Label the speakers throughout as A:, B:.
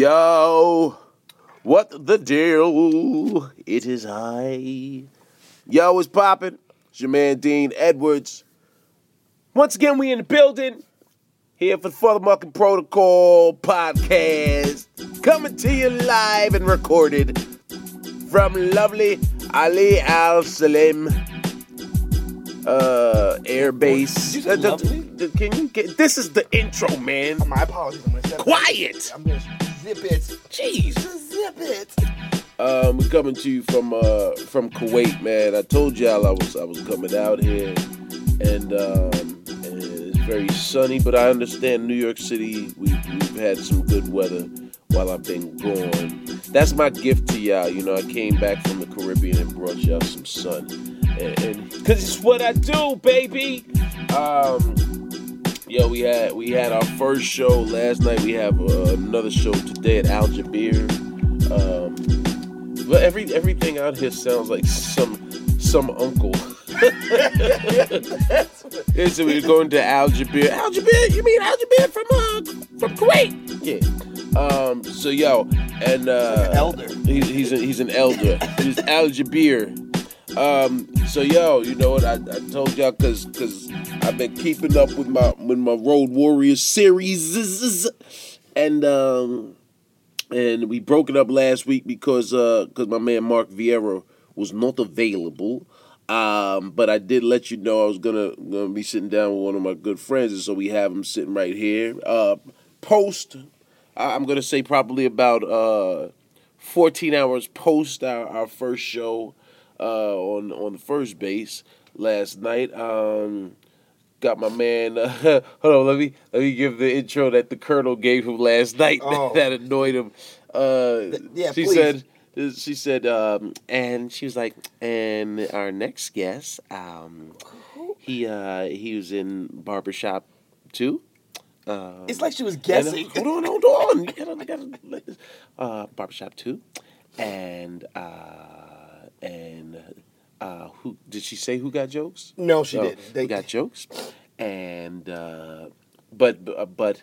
A: Yo, what the deal? It is I. Yo, what's poppin'? It's your man Dean Edwards. Once again, we in the building here for the Motherfucking Protocol podcast, coming to you live and recorded from lovely Ali Al Salim uh, Air Base.
B: Did you say
A: Uh, d-
B: lovely?
A: d- Can you get this? Is the intro, man?
B: Oh, My apologies. I'm gonna step
A: Quiet.
B: I'm gonna zip it. Jeez, just zip it.
A: Um, we're coming to you from uh from Kuwait, man. I told y'all I was I was coming out here, and um, and it's very sunny, but I understand New York City. We've, we've had some good weather while I've been gone. That's my gift to y'all. You know, I came back from the Caribbean and brought y'all some sun, and, and cause it's what I do, baby. Um, yeah, we had we had our first show last night. We have uh, another show today at Al Jabeer. Um, but every everything out here sounds like some some uncle. yeah, so we're going to Al Jabeer. Al Jabeer, you mean Al Jabeer from uh, from Kuwait? Yeah. Um. So yo, and uh,
B: elder.
A: He's he's, a, he's an elder. he's Al Jabeer. Um. So yo, you know what I, I told y'all because because I've been keeping up with my with my Road Warriors series, and um and we broke it up last week because uh because my man Mark Vieira was not available. Um, but I did let you know I was gonna gonna be sitting down with one of my good friends, and so we have him sitting right here. Uh, post, I- I'm gonna say probably about uh, 14 hours post our, our first show uh, on on the first base last night. Um, got my man. Uh, hold on, let me let me give the intro that the colonel gave him last night
B: Oh.
A: that annoyed him. Uh,
B: yeah,
A: she
B: please.
A: said. She said, um, and she was like, and our next guest, um, he uh, he was in barbershop too. Um,
B: It's like she was
A: and, uh,
B: guessing.
A: hold on, hold on. You gotta, you gotta let this- uh, barbershop two, and uh, and uh, who did she say who got jokes?
B: No, she
A: Oh,
B: didn't. They
A: who got jokes, and uh, but but- but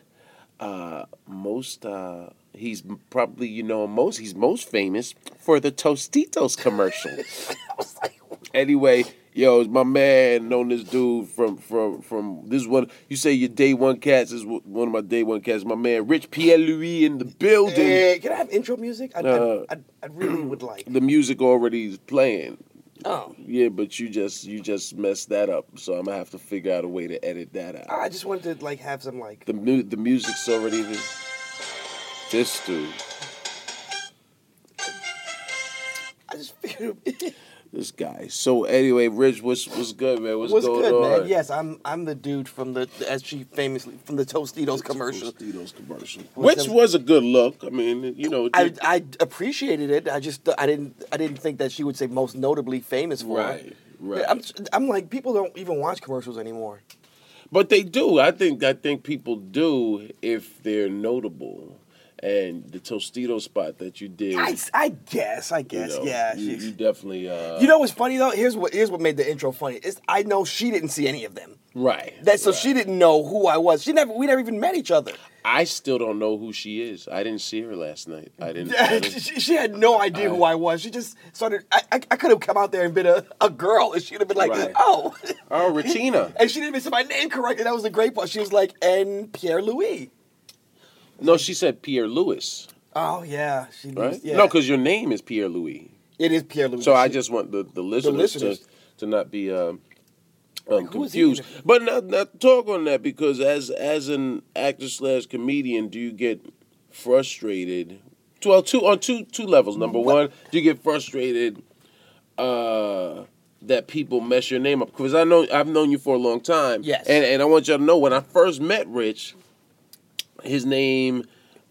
A: uh, most uh, he's probably you know him most he's most famous for the Tostitos commercial.
B: I was like,
A: Anyway, yo, it's my man, known this dude from from from this is one. You say your day one cats this is one of my day one cats. My man, Rich Pierre Louis in the building.
B: hey, can I have intro music? I,
A: Uh,
B: I, I, I really would like.
A: The music already is playing.
B: Oh,
A: Yeah, but you just you just messed that up, so I'm gonna have to figure out a way to edit that out.
B: I just wanted to like have some like.
A: The mu- the music's already there. This dude,
B: I just figured.
A: this guy. So anyway, Rich, what's what's good, man? What's,
B: What's
A: going
B: good,
A: on?
B: man? Yes, I'm. I'm the dude from the as she famously from the Tostitos commercial.
A: Tostitos commercial,
B: What's
A: which
B: up?
A: was a good look. I mean, you know, it
B: I,
A: did-
B: I appreciated it. I just I didn't I didn't think that she would say most notably famous for
A: right,
B: it.
A: right.
B: I'm I'm like people don't even watch commercials anymore.
A: But they do. I think I think people do if they're notable. And the Tostito spot that you did,
B: I, I guess, I
A: you
B: guess,
A: know,
B: yeah.
A: you,
B: she-
A: you definitely, uh,
B: you know what's funny though? Here's what here's what made the intro funny. Is I know she didn't see any of them.
A: right?
B: That so
A: right.
B: she didn't know who I was. She never we never even met each other.
A: I still don't know who she is. I didn't see her last night. I didn't. I didn't-
B: she, she had no idea who I was. She just started. I, I, I could have come out there and been a, a girl, and she'd have been like,
A: Right.
B: "Oh,"
A: oh, Regina.
B: and she didn't even say my name correctly. That was the great part. She was like, "And Pierre Louis."
A: No, she said Pierre Louis,
B: Oh yeah, she
A: right?
B: knows- yeah.
A: No, because your name is Pierre Louis.
B: it is Pierre Louis.
A: So I
B: She-
A: just want the, the listeners,
B: listeners.
A: To, to not be um, um,
B: who is he
A: confused.
B: even?
A: But not, not talk on that because as as an actor slash comedian, do you get frustrated? Well, two on two two levels. Number one, do you get frustrated uh, that people mess your name up? Because I know I've known you for a long time.
B: Yes.
A: and and I want y'all to know when I first met Rich, his name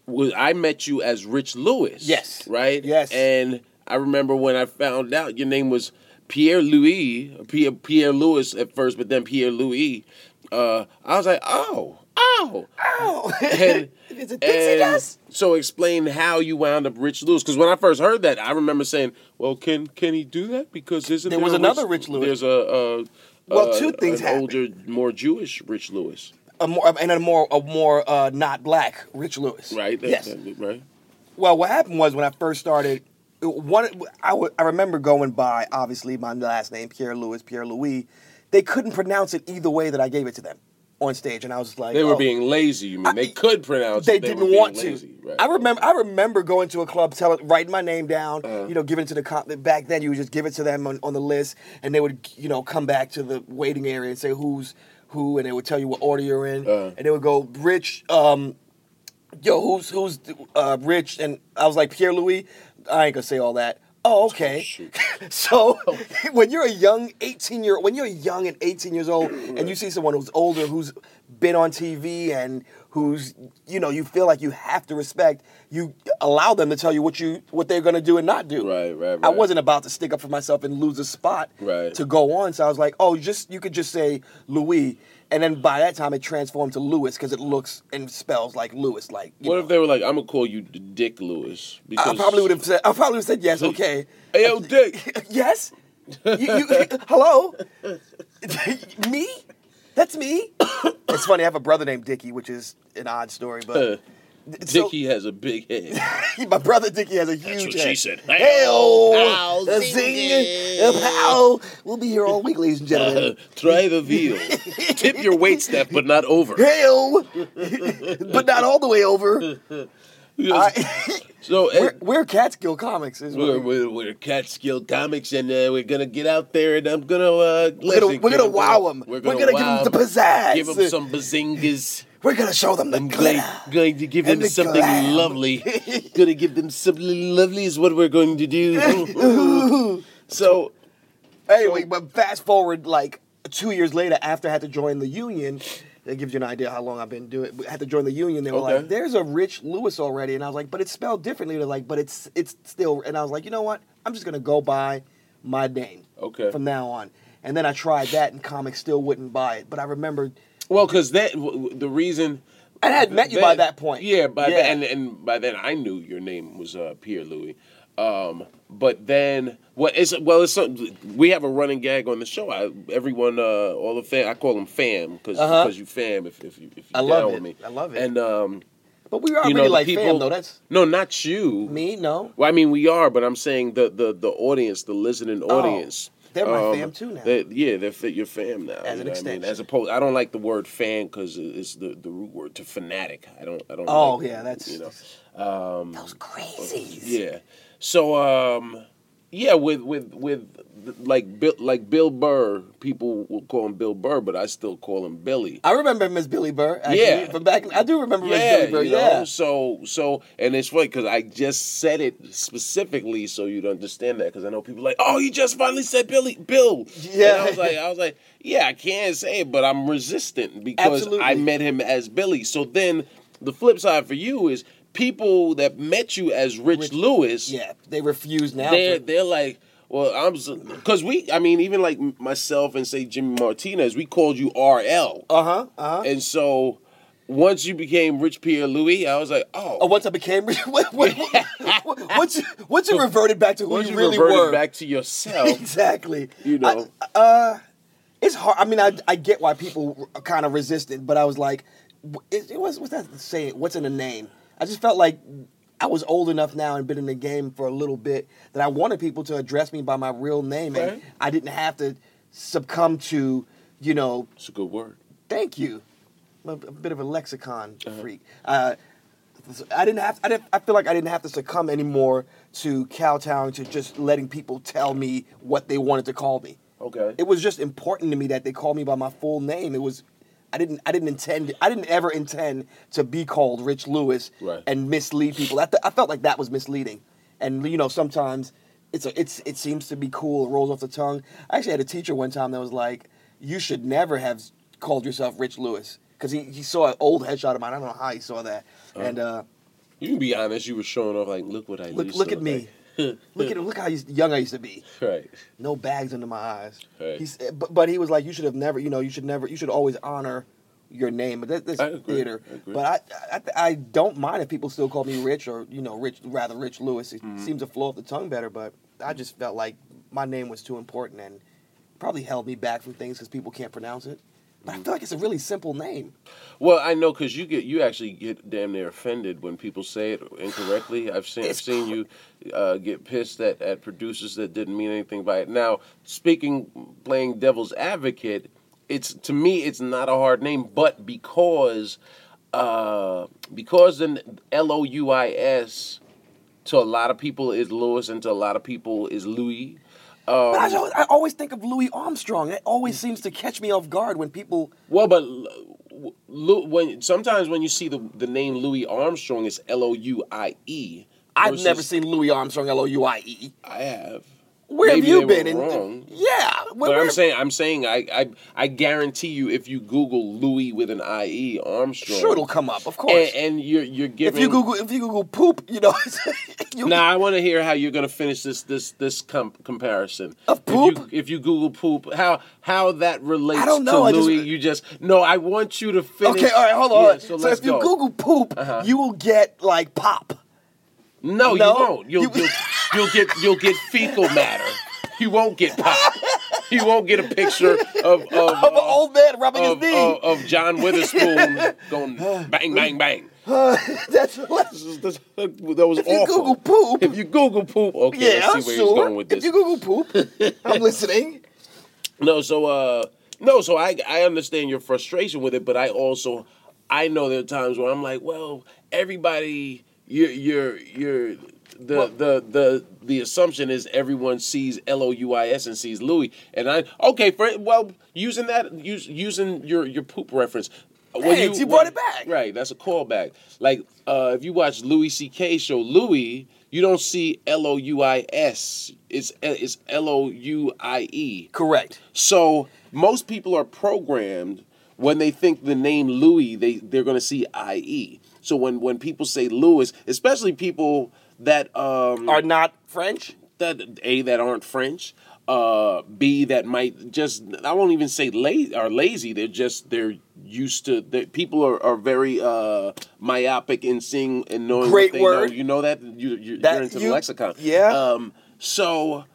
A: was I met you as Rich Lewis.
B: Yes.
A: right.
B: Yes.
A: and I remember when I found out your name was Pierre Louis, Pierre, Pierre Louis at first, but then Pierre Louis. Uh, I was like, oh, oh,
B: Oh,
A: and,
B: is it Dixie
A: and
B: Dust?
A: So explain how you wound up Rich Lewis, because when I first heard that, I remember saying, "Well, can can he do that? Because isn't
B: There
A: there,
B: was
A: a
B: another Rich Lewis.
A: There's a, a
B: Well,
A: a-
B: two things
A: an
B: happened.
A: older, more Jewish Rich Lewis,
B: a more and a more a more uh, not black Rich Lewis.
A: right? That-
B: Yes.
A: that- right.
B: Well, what happened was when I first started, one I, w- I remember going by obviously my last name Pierre Louis Pierre Louis. They couldn't pronounce it either way that I gave it to them on stage, and I was just like,
A: They were
B: oh.
A: being lazy. You mean they could pronounce?
B: They
A: it, were
B: didn't
A: being
B: want to.
A: lazy, right.
B: I remember. I remember going to a club, telling, writing my name down.
A: Uh-huh.
B: You know, giving it to the con- back then. You would just give it to them on, on the list, and they would, you know, come back to the waiting area and say who's who, and they would tell you what order you're in,
A: Uh-huh.
B: and they would go Rich, um, yo, who's who's uh, Rich, and I was like Pierre Louis. I ain't gonna say all that. Oh, okay.
A: Shoot.
B: So
A: Oh.
B: when you're a young 18 year when you're young and 18 years old and you see someone who's older who's been on TV and who's you know you feel like you have to respect you allow them to tell you what you what they're going to do and not do.
A: Right, right,
B: I
A: right.
B: wasn't about to stick up for myself and lose a spot
A: Right.
B: to go on so I was like, "Oh, you just you could just say Louis." And then by that time it transformed to Lewis cuz it looks and spells like Lewis like you
A: What
B: know.
A: if they were like, "I'm gonna call you Dick Lewis"?
B: I probably would have said I probably would have said yes, okay.
A: Hey, yo, Dick.
B: Yes. You, you, hello. me? That's me. it's funny. I have a brother named Dickie, which is an odd story, but so-
A: Dickie has a big head.
B: my brother Dickie has a huge.
A: Uh. That's what she
B: head.
A: said.
B: Hell,
A: Ow,
B: a
A: zing
B: zing,
A: it.
B: a pow. We'll be here all week, ladies and
A: Uh,
B: gentlemen.
A: try the veal. Tip your wait staff, but not over.
B: Hell, but not all the way over. I,
A: so
B: we're,
A: and
B: we're Catskill Comics. Is what
A: we're,
B: we-
A: we're, we're Catskill Comics, and uh, we're gonna get out there, and I'm gonna uh,
B: we're gonna,
A: listen,
B: we're
A: kid,
B: gonna
A: I'm
B: wow them. We're
A: We're
B: gonna,
A: gonna, wow
B: give them the
A: 'em.
B: pizzazz.
A: Give them some bazingas.
B: We're gonna show them the
A: I'm going,
B: glitter.
A: going to give
B: And
A: them
B: the
A: something
B: glam.
A: lovely. going to give them something lovely is what we're going to do. so,
B: Anyway, but fast forward like two years later, after I had to join the union, that gives you an idea how long I've been doing. Had to join the union, they were
A: Okay.
B: like, "There's a Rich Lewis already," and I was like, "But it's spelled differently." They're like, "But it's it's still," and I was like, "You know what? I'm just gonna go by my name
A: Okay.
B: from now on." And then I tried that, and comics still wouldn't buy it. But I remembered,
A: well, because that w- w- the reason
B: and I had met you by that point.
A: Yeah, by That, and and by then I knew your name was uh, Pierre Louis. Um, but then what is well? It's some, we have a running gag on the show. I, everyone, uh, all the fam, I call them fam because
B: Uh-huh.
A: you fam if, if you if you
B: I love
A: down
B: it.
A: with me.
B: I love it.
A: And um,
B: but we were
A: you
B: already
A: know the
B: like
A: people.
B: fam, though. That's
A: no, not you.
B: me, no.
A: Well, I mean, we are, but I'm saying the the, the audience, the listening audience.
B: Oh,
A: um,
B: they're my fam too now.
A: they- yeah, they're fa- your fam now.
B: As
A: you know
B: an
A: what I
B: extension.
A: mean? As opposed, I don't like the word fan because it's the, the root word to fanatic. I don't. I don't.
B: Oh
A: like-
B: yeah, that's
A: you know.
B: those crazies.
A: Um, Yeah. So um, yeah, with with with like Bill like Bill Burr, people will call him Bill Burr, but I still call him Billy.
B: I remember Miss Billy Burr. Actually,
A: Yeah.
B: from back. I do remember Miss
A: Yeah,
B: Billy Burr.
A: you know.
B: yeah.
A: So so, and it's funny because I just said it specifically so you'd understand that because I know people like, oh, you just finally said Billy Bill.
B: Yeah.
A: And I was like, I was like, yeah, I can say it, but I'm resistant because
B: Absolutely.
A: I met him as Billy. So then the flip side for you is people that met you as Rich, Lewis.
B: Yeah, they refuse now.
A: They're
B: to-
A: they're like. Well, I'm because we, I mean, even like myself and say Jimmy Martinez, we called you RL.
B: uh-huh, uh-huh.
A: And so once you became Rich Pierre Louis, I was like, oh.
B: Oh, once I became, what- what- what- once you, once you reverted back to who
A: once
B: Oh, you,
A: you
B: really
A: reverted
B: were,
A: back to yourself,
B: exactly.
A: you know.
B: It's hard. I mean, I, I get why people are kind of resistant, but I was like, w- it, it was what's that saying? What's in a name? I just felt like I was old enough now and been in the game for a little bit that I wanted people to address me by my real name,
A: Right.
B: and I didn't have to succumb to, you know,
A: it's a good word.
B: Thank you. I'm a, a bit of a lexicon freak. Uh, I didn't have. I, didn't, I feel like I didn't have to succumb anymore to kowtowing to just letting people tell me what they wanted to call me.
A: Okay.
B: It was just important to me that they called me by my full name. It was. I didn't. I didn't intend. I didn't ever intend to be called Rich Lewis
A: Right.
B: and mislead people. I, th- I felt like that was misleading, and you know sometimes it's a, it's it seems to be cool. It rolls off the tongue. I actually had a teacher one time that was like, "You should never have called yourself Rich Lewis," because he, he saw an old headshot of mine. I don't know how he saw that, and uh,
A: you can be honest, you were showing off like, look what I
B: look
A: used
B: look
A: to
B: at me, look at look how used- young I used to be
A: like. Right.
B: no bags under my eyes.
A: Right.
B: He said, but, but he was like, you should have never, you know, you should never, you should always honor your name. But that, that's
A: I agree.
B: theater.
A: I agree.
B: But I, I, I don't mind if people still call me Rich or you know, Rich rather Rich Lewis. It
A: Mm-hmm.
B: seems to flow off the tongue better. But I just felt like my name was too important and probably held me back from things because people can't pronounce it. But
A: Mm-hmm.
B: I feel like it's a really simple name.
A: Well, I know because you get you actually get damn near offended when people say it incorrectly. I've seen I've
B: It's
A: seen you uh, get pissed at, at producers that didn't mean anything by it. Now, speaking playing devil's advocate, it's to me it's not a hard name, but because uh, because then L O U I S to a lot of people is Louis, and to a lot of people is Louis. Um,
B: But I, don't- I always think of Louis Armstrong. That always seems to catch me off guard when people.
A: Well, but Lu- Lu- when sometimes when you see the the name Louis Armstrong, it's L O U I E.
B: I've
A: versus-
B: never seen Louis Armstrong, L O U I E.
A: I have.
B: Where
A: Maybe
B: have
A: they
B: you
A: were
B: been? And-
A: wrong.
B: yeah. where-
A: But I'm
B: where-
A: saying, I'm saying, I, I, I guarantee you, if you Google Louis with an I E Armstrong,
B: Sure, it'll come up, of course.
A: and, and you're you're
B: if
A: giving.
B: you Google, if you Google poop, you know. you,
A: Now I want to hear how you're gonna finish this this this com- comparison
B: Of
A: If
B: poop?
A: you, if you Google poop, how how that relates
B: I don't know,
A: to
B: I just-
A: Louis? you just no. I want you to finish.
B: Okay, all right, hold on.
A: Yeah,
B: hold on.
A: so
B: so
A: let's
B: if you
A: go. Uh-huh.
B: Google poop, you will get like pop.
A: No, you
B: No?
A: won't. You'll,
B: You-
A: you'll you'll get you'll get fecal matter. You won't get pop. You won't get a picture of of
B: Of an
A: uh,
B: old man rubbing
A: of,
B: his knee.
A: of, of John Witherspoon going bang bang bang.
B: That's let's,
A: That was
B: if you Google poop.
A: If you Google poop, okay,
B: yeah,
A: let's see where
B: I'm sure.
A: he's going with
B: If
A: this.
B: you Google poop, I'm listening.
A: no, so uh, no, so I I understand your frustration with it, but I also I know there are times where I'm like, well, everybody, you're you're you're the the the the assumption is everyone sees L O U I S and sees Louis, and I okay for well using that use, using your your poop reference. When
B: Thanks, you brought it back.
A: Right, that's a callback. Like uh, if you watch Louis C.K. show Louis, you don't see L O U I S. It's it's L O U I E.
B: Correct.
A: So most people are programmed when they think the name Louis, they they're gonna see IE. So when when people say Louis, especially people that um
B: Are not French.
A: that a that aren't French, uh b that might just I won't even say lazy are lazy. They're just they're used to that people are, are very uh myopic in seeing and knowing
B: Great
A: what they
B: word.
A: know. You know that you you
B: That
A: you're into
B: you-
A: the lexicon.
B: yeah.
A: Um. So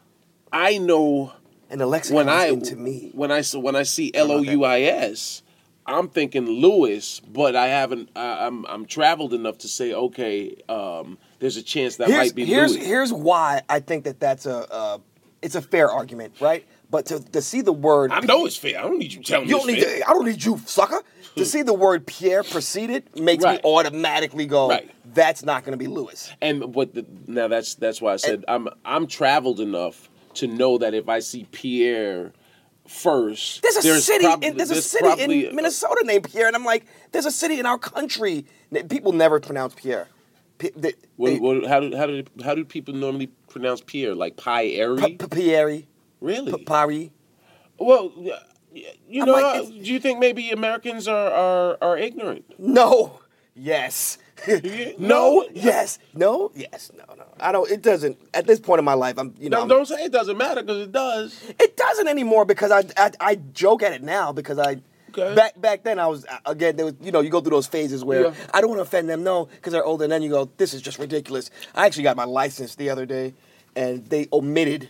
A: I know
B: And Alexa
A: Uh, when I
B: into me.
A: when I s- when I see L
B: know
A: O
B: about that.
A: U I S, I'm thinking Lewis, but I haven't. I, I'm I'm traveled enough to say okay. Um, there's a chance that
B: Here's
A: might be
B: here's
A: Louis.
B: here's why I think that that's a uh, it's a fair argument, right? But to, to see the word
A: I know it's fair. I don't need you telling
B: You
A: me.
B: don't
A: it's
B: need.
A: fair.
B: To, I don't need you, sucker. to see the word Pierre preceded makes
A: Right.
B: me automatically go,
A: Right.
B: "That's not going to be Lewis."
A: And what the, now that's that's why I said I'm I'm traveled enough to know that if I see Pierre first,
B: There's a city.
A: probably-
B: in, there's, a city
A: probably-
B: in Minnesota named Pierre, and I'm like, "There's a city in our country that people never pronounce Pierre." P- they,
A: What,
B: they-
A: what, how do how do how do people normally pronounce Pierre? Like Pierre?
B: P- P- Pierre,
A: really?
B: P- Paris.
A: Well, y- y- you
B: I'm
A: know,
B: like,
A: uh,
B: it's-
A: do you think maybe Americans are are, are ignorant?
B: No. Yes. no.
A: No.
B: Yes. No. Yes. No. No. I don't. It doesn't. At this point in my life, I'm. You know.
A: No,
B: I'm-
A: don't say it doesn't matter because it does.
B: It doesn't anymore because I I, I joke at it now because I
A: Okay.
B: back back then I was again there was you know you go through those phases where
A: Yeah.
B: I don't want to offend them no because they're older and then you go this is just ridiculous. I actually got my license the other day and they omitted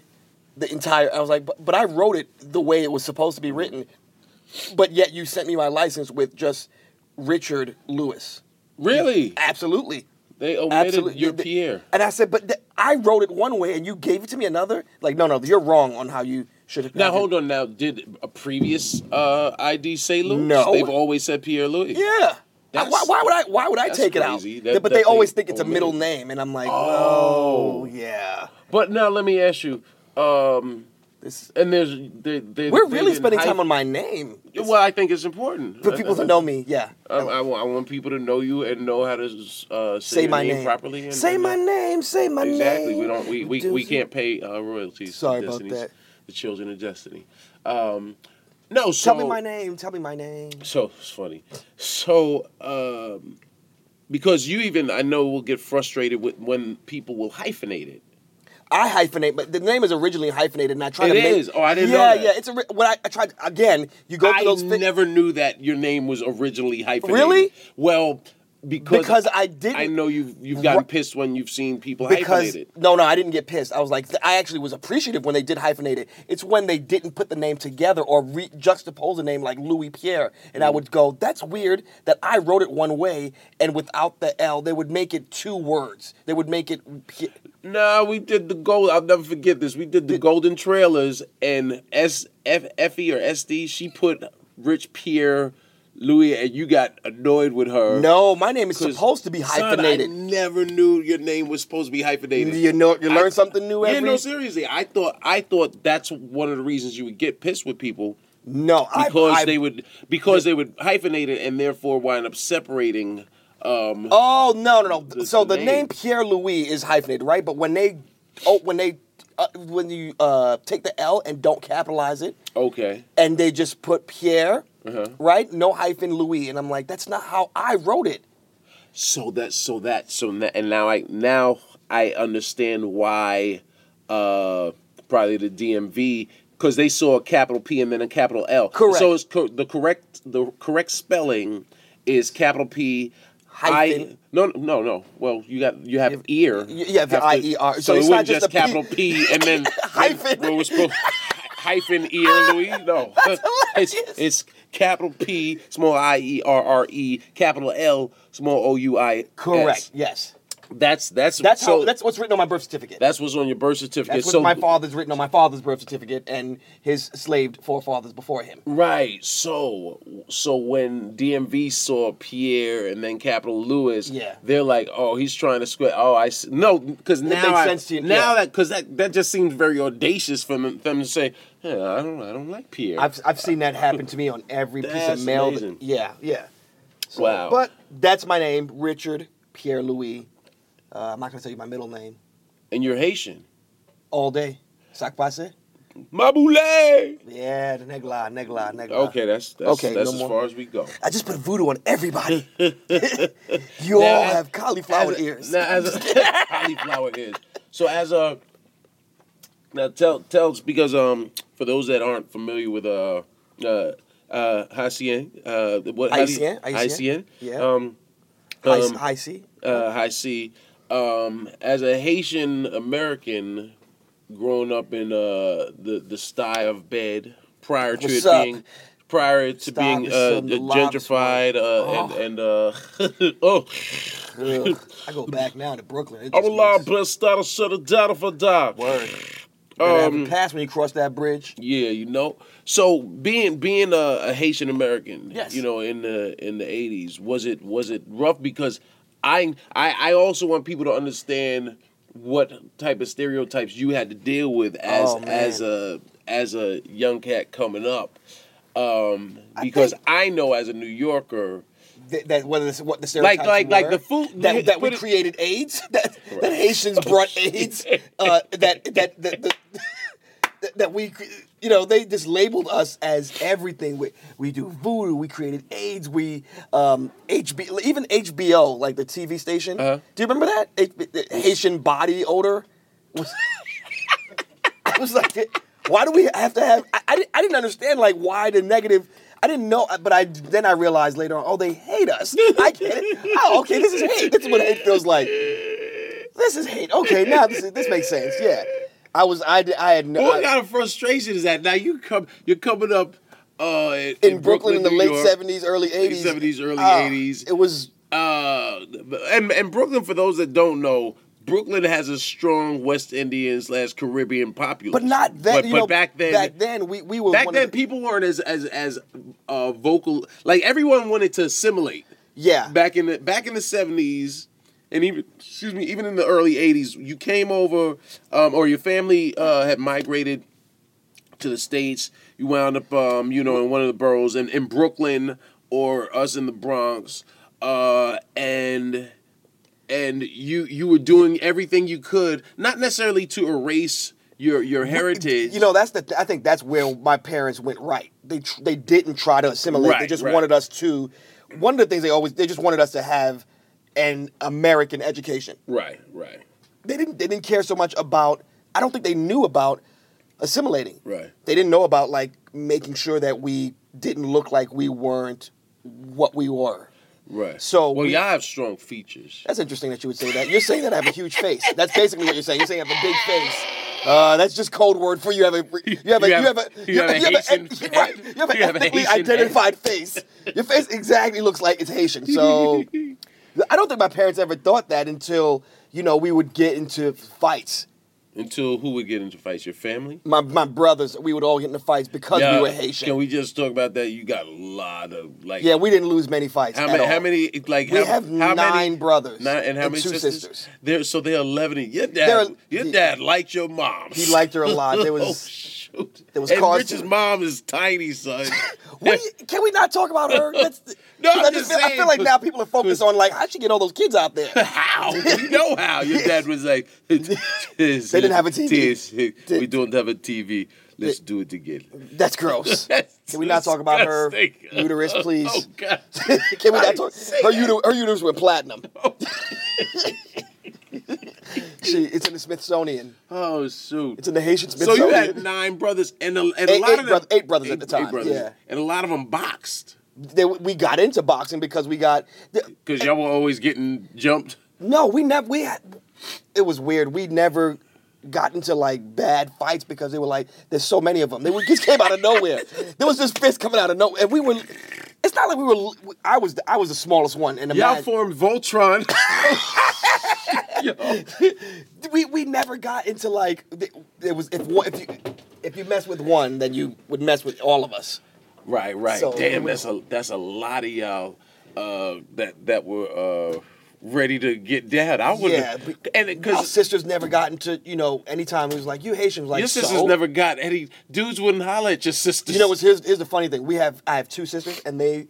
B: the entire I was like but, but I wrote it the way it was supposed to be written but yet you sent me my license with just Richard Lewis.
A: Really,
B: Absolutely.
A: they omitted
B: Absolutely.
A: your
B: Th- th-
A: Pierre.
B: And I said, but th- I wrote it one way and you gave it to me another. Like, no, no, you're wrong on how you should have.
A: Now hold on. Now, did a previous uh, ID say Louis?
B: No.
A: they've always said Pierre Louis.
B: Yeah. I- why,
A: That's-
B: why would I? Why would I
A: that's
B: take it out?
A: crazy that-
B: but
A: that
B: they
A: they
B: always think it's a
A: omitted.
B: middle name, and I'm like, oh, yeah.
A: But now let me ask you. Um,
B: This,
A: and there's they, they,
B: we're
A: they
B: really
A: didn't
B: spending time
A: hype-
B: on my name It's
A: Well, I think it's important
B: for people to know me. Yeah.
A: I, I, want, I want people to know you and know how to uh, say,
B: say
A: your
B: my
A: name,
B: name,
A: properly. And,
B: say
A: and,
B: my
A: uh,
B: name. Say my
A: Exactly.
B: name.
A: We don't. We, we, we
B: Deuces.
A: can't pay uh, royalties.
B: Sorry
A: to
B: about
A: Destiny's-
B: that.
A: The children of destiny. Um, no. So
B: Tell me my name. Tell me my name.
A: so it's funny. So um, because you even I know will get frustrated with when people will hyphenate it.
B: I hyphenate, but the name is originally hyphenated, and I
A: It
B: try to. make-
A: is. Oh, I didn't know
B: yeah,
A: that.
B: Yeah, It's a, when I, I tried again. You go through
A: I
B: those. thi-
A: never knew that your name was originally hyphenated.
B: Really?
A: Well, because,
B: because I didn't.
A: I know you've you've gotten
B: Ri-
A: pissed when you've seen people
B: because
A: hyphenate it.
B: no, no, I didn't get pissed. I was like, th- I actually was appreciative when they did hyphenate it. It's when they didn't put the name together or re- juxtapose a name like Louis Pierre, and
A: Mm.
B: I would go, that's weird that I wrote it one way and without the L, they would make it two words. They would make it. Pi-
A: No, we did the gold. I'll never forget this. We did the golden trailers, and S F Effie or SD. She put Rich Pierre Louis, and you got annoyed with her.
B: No, my name is
A: 'Cause,
B: supposed to be
A: son,
B: hyphenated.
A: I never knew your name was supposed to be hyphenated.
B: you know, you learn something new
A: yeah,
B: every.
A: no, seriously. I thought I thought that's one of the reasons you would get pissed with people
B: no, I-
A: because
B: I-
A: they would because they would hyphenate it and therefore wind up separating. Um,
B: Oh no no no! so the
A: the
B: name.
A: name.
B: Pierre Louis is hyphenated, right? But when they, oh, when they, uh, when you uh, take the L and don't capitalize it,
A: okay.
B: and they just put Pierre,
A: Uh-huh.
B: right? No hyphen Louis, and I'm like, that's not how I wrote it.
A: So that so that so that and now I now I understand why uh probably the DMV because they saw a capital P and then a capital L.
B: Correct.
A: So it's co- the correct the correct spelling is capital P. I
B: Hyphen.
A: no no no. Well, you got you have ear.
B: y- yeah, the
A: Have to-
B: IER.
A: So,
B: E So
A: it wasn't
B: it's not
A: just,
B: just a P.
A: capital P, and then
B: Hyphen.
A: Where we're supposed hyphen ear Louis. No, it's it's capital P small I E R R E capital L small O U I.
B: Correct. Yes,
A: That's that's
B: that's
A: so,
B: how. That's what's written on my birth certificate.
A: that's what's on your birth certificate.
B: That's what
A: so
B: my father's written on my father's birth certificate and his slaved forefathers before him.
A: Right. So so when DMV saw Pierre and then Capital Lewis,
B: Yeah.
A: they're like, "Oh, he's trying to square." Oh, I s- no, because now
B: makes
A: I-
B: sense to you,
A: now
B: yeah.
A: that because that that just seems very audacious for them, them to say, yeah, "I don't I don't like Pierre."
B: I've I've seen that happen to me on every piece
A: That's
B: of mail. that-
A: amazing.
B: yeah, yeah. So,
A: Wow.
B: But that's my name, Richard Pierre Louis. Uh, I'm not gonna tell you my middle name
A: and you're Haitian.
B: all day. Sac passe?
A: Maboule.
B: Yeah, the negla, negla, negla.
A: Okay, that's that's
B: Okay,
A: that's
B: no
A: as
B: more.
A: far as we go.
B: I just put voodoo on everybody. you
A: Now,
B: all
A: as-
B: have cauliflower
A: as a-
B: ears.
A: Now, as a, cauliflower ears. So as a now tell tells because um for those that aren't familiar with uh uh uh Haitien uh what how do you-
B: Haitien, Haitien, yeah.
A: um
B: I,
A: um,
B: I see.
A: uh, I see. Um, as a Haitian American, growing up in uh, the the style of bed prior to
B: What's
A: it
B: up?
A: being prior to
B: Style
A: being
B: is
A: uh,
B: some
A: gentrified uh, and and uh, oh,
B: Ugh. I go back now to Brooklyn. It
A: I'm
B: just
A: alive,
B: was-
A: blessed, started, settled, down if I die.
B: Word.
A: Um,
B: Um, pass when you cross that bridge.
A: Yeah, you know. So being being a, a Haitian American,
B: Yes.
A: you know, in the in the eighties, was it was it rough? Because I, I I also want people to understand what type of stereotypes you had to deal with as
B: Oh, man.
A: as a as a young cat coming up. Um, because I, know as a New Yorker,
B: Th- that whether this, what the stereotypes
A: like- like
B: were,
A: the food-
B: that, that we
A: put it- Oh,
B: created AIDS, that, that Haitians brought AIDS, uh, that that that. that that- That we, cre- you know, they just labeled us as everything. We we do voodoo. We created AIDS. We um HBO, even HBO, like the TV station.
A: Uh-huh.
B: Do you remember that H- the Haitian body odor? Was- I was like, why do we have to have? I, I, didn't, I didn't understand like why the negative. I didn't know, uh, but I then I realized later on. Oh, they hate us. I get it. Oh, okay, this is hate. This is what hate feels like. This is hate. Okay, now this is, this makes sense. Yeah, I was I did- I had no.
A: what
B: I-
A: kind of frustration is that? Now you come you're coming up uh, in,
B: in Brooklyn, in the
A: New
B: late
A: York.
B: seventies, early eighties, Ah,
A: 70s, early 80s.
B: It was
A: uh, and, and Brooklyn, for those that don't know, Brooklyn has a strong West Indian slash Caribbean populace.
B: but not then.
A: But,
B: you
A: but
B: know,
A: back then,
B: back then we we were
A: back
B: one
A: then,
B: of the-
A: people weren't as as as uh, vocal. Like everyone wanted to assimilate.
B: yeah
A: Back in the back in the seventies, and even excuse me, even in the early eighties, you came over, um, or your family uh, had migrated to the states. You wound up, um, you know, in one of the boroughs, and in Brooklyn or us in the Bronx, uh, and and you you were doing everything you could, not necessarily to erase your your heritage.
B: You know, that's the. I think that's where my parents went right. They tr- they didn't try to assimilate. they
A: Right,
B: just
A: right.
B: wanted us to. One of the things they always they just wanted us to have an American education.
A: right, right,
B: They didn't they didn't care so much about. I don't think they knew about assimilating.
A: Right.
B: They didn't know about like making sure that we didn't look like we weren't what we were.
A: Right.
B: So
A: well,
B: we-
A: y'all have strong features.
B: That's interesting that you would say that. You're saying that I have a huge face. That's basically what you're saying. You're saying I have a big face. Uh, that's just code word for you have a you have a you have a you have a you have
A: Haitian
B: a- right, you have
A: head.
B: an
A: You have a
B: ethnically
A: Haitian
B: identified face. Your face exactly looks like it's Haitian. So I don't think my parents ever thought that until you know we would get into fights.
A: Until who would get into fights? Your family?
B: My my brothers, we would all get into fights because
A: Yeah,
B: we were Haitian.
A: Can we just talk about that? You got a lot of like.
B: yeah, we didn't lose many fights.
A: How
B: at
A: many?
B: all.
A: How many? Like
B: We
A: how,
B: have
A: how
B: nine
A: many,
B: brothers
A: Nine and how
B: and
A: many
B: two
A: sisters?
B: sisters.
A: They're so they're eleven. And your
B: They're-
A: dad, your
B: the-
A: dad liked your mom.
B: He liked her a lot. There was-
A: oh, shoot.
B: there was
A: and
B: cause-
A: Rich's mom is tiny, son.
B: What do you- can we not talk about her? That's,
A: No, I'm
B: I
A: just
B: feel, I
A: saying,
B: feel like
A: but-
B: now people are focused on like how she get all those kids out there.
A: how? You know how. Your dad was like, they didn't
B: have a TV.
A: we don't have a TV. Let's do it together.
B: That's gross.
A: That's
B: Can we not talk about her
A: disgusting.
B: uterus, please?
A: Oh God!
B: Can we not talk?
A: say Oh,
B: Her, uter- her uterus went platinum. she, it's in the Smithsonian.
A: Oh shoot!
B: It's in the Haitian
A: So
B: Smithsonian.
A: you had nine brothers, and a, and a
B: Eight-
A: lot
B: eight
A: of them,
B: broth- eight brothers at the time, yeah.
A: and a lot of them boxed
B: They- we got into boxing because we got.
A: because y'all were always getting jumped.
B: No, we never. We had. It was weird. We never got into like bad fights because they were like, there's so many of them. They would- just came out of nowhere. There was this fist coming out of nowhere, and we were. It's not like we were. I was. I was the smallest one, and
A: Y'all
B: imagine-
A: formed Voltron. Yo.
B: we we never got into like. th- It was if one if you if you mess with one, then you would mess with all of us.
A: Right, right.
B: So-
A: Damn, that's a that's a lot of y'all uh, that that were uh, ready to get down. I would,
B: Yeah,
A: yeah,
B: but
A: and
B: Our
A: because
B: sisters never got into you know anytime it was like you Haitians like
A: your sisters
B: so?
A: never got any dudes wouldn't holler at your sisters.
B: You know, what's here's, here's the funny thing. We have I have two sisters, and they,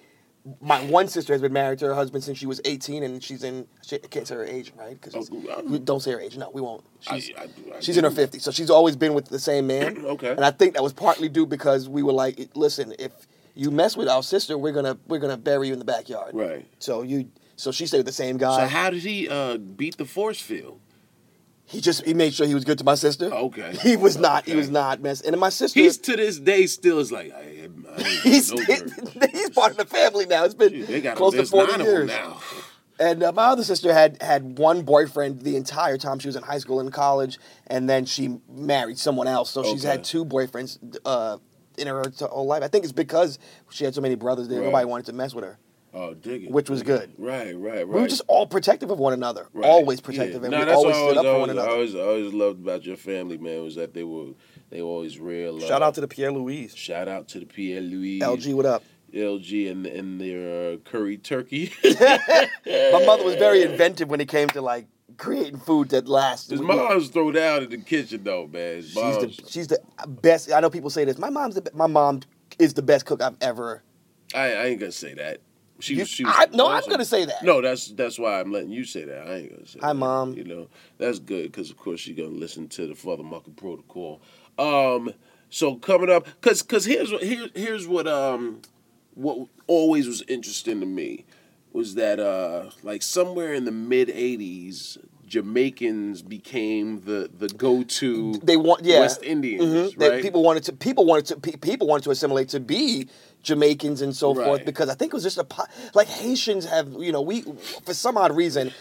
B: my one sister has been married to her husband since she was 18, and she's in. She, I can't say her age, right? Because
A: Oh, um,
B: we don't say her age. No, we won't. She's
A: I- I- I-
B: she's in her 50s, so she's always been with the same man.
A: Okay.
B: And I think that was partly due because we were like, listen, if you mess with our sister, we're gonna we're gonna bury you in the backyard.
A: Right.
B: So you. So she stayed with the same
A: So
B: guy.
A: how did he uh, beat the force field?
B: he just he made sure he was good to my sister.
A: Okay.
B: He was not. He
A: Okay.
B: was not mess. And then my sister.
A: He's to this day still is like I, am- I ain't
B: He's,
A: no girl.
B: he's part of the family now. It's been
A: They got
B: close to
A: there's
B: 40
A: nine of them
B: years.
A: now.
B: And uh, my other sister had had one boyfriend the entire time she was in high school and college, and then she married someone else. So she's
A: Okay.
B: had two boyfriends uh, in her t- whole life. I think it's because she had so many brothers that
A: Right.
B: nobody wanted to mess with her,
A: Oh, dig it.
B: which was good.
A: Right, right, right.
B: We were just all protective of one another,
A: Right.
B: always
A: Yeah.
B: protective, and
A: Nah,
B: we
A: that's
B: always
A: what I
B: stood up for one
A: always-
B: another.
A: I always, I always loved about your family, man, was that they were they were always real. uh,
B: Shout out to the Pierre Louise,
A: shout out to the Pierre Louis
B: LG. What up?
A: LG and and their uh, curry turkey.
B: My mother was very inventive when it came to like creating food that lasts.
A: His
B: We-
A: mom's throw down in the kitchen though, man. His
B: She's
A: mom's,
B: the she's the best. I know people say this. My mom's the be- my mom is the best cook I've ever.
A: I, I ain't gonna say that. She,
B: You-
A: was- she was
B: I- no, I'm
A: awesome.
B: gonna say that.
A: No, that's that's why I'm letting you say that. I ain't gonna say.
B: Hi,
A: that.
B: Mom.
A: You know that's good because of course she's gonna listen to the Father Mucker Protocol. Um, so coming up, cause cause here's what here, here's what um what always was interesting to me was that uh like somewhere in the mid '80s. Jamaicans became the the go to
B: They want yeah
A: West Indians
B: Mhm. That
A: right
B: people wanted to people wanted to pe- people wanted to assimilate to be Jamaicans and so forth
A: Right.
B: because I think it was just a po- like Haitians have you know we for some odd reason.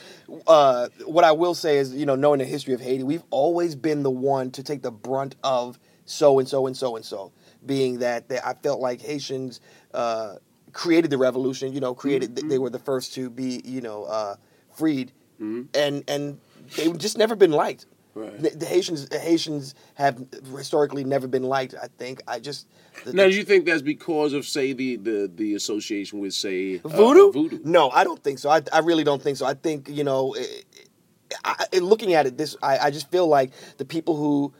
B: Uh, what I will say is you know knowing the history of Haiti, we've always been the one to take the brunt of so and so and so and so. Being that they, I felt like Haitians uh, created the revolution, you know, created
A: Mm-hmm.
B: they were the first to be you know uh, freed, and and they've just never been liked.
A: Mm-hmm. Right.
B: The, the Haitians, the Haitians have historically never been liked. I think I just the,
A: Now, do you think that's because of say the the, the association with say uh,
B: voodoo.
A: voodoo?
B: No, I don't think so. I, I really don't think so. I think you know, i I, I, looking at it this, I, I just feel like the people who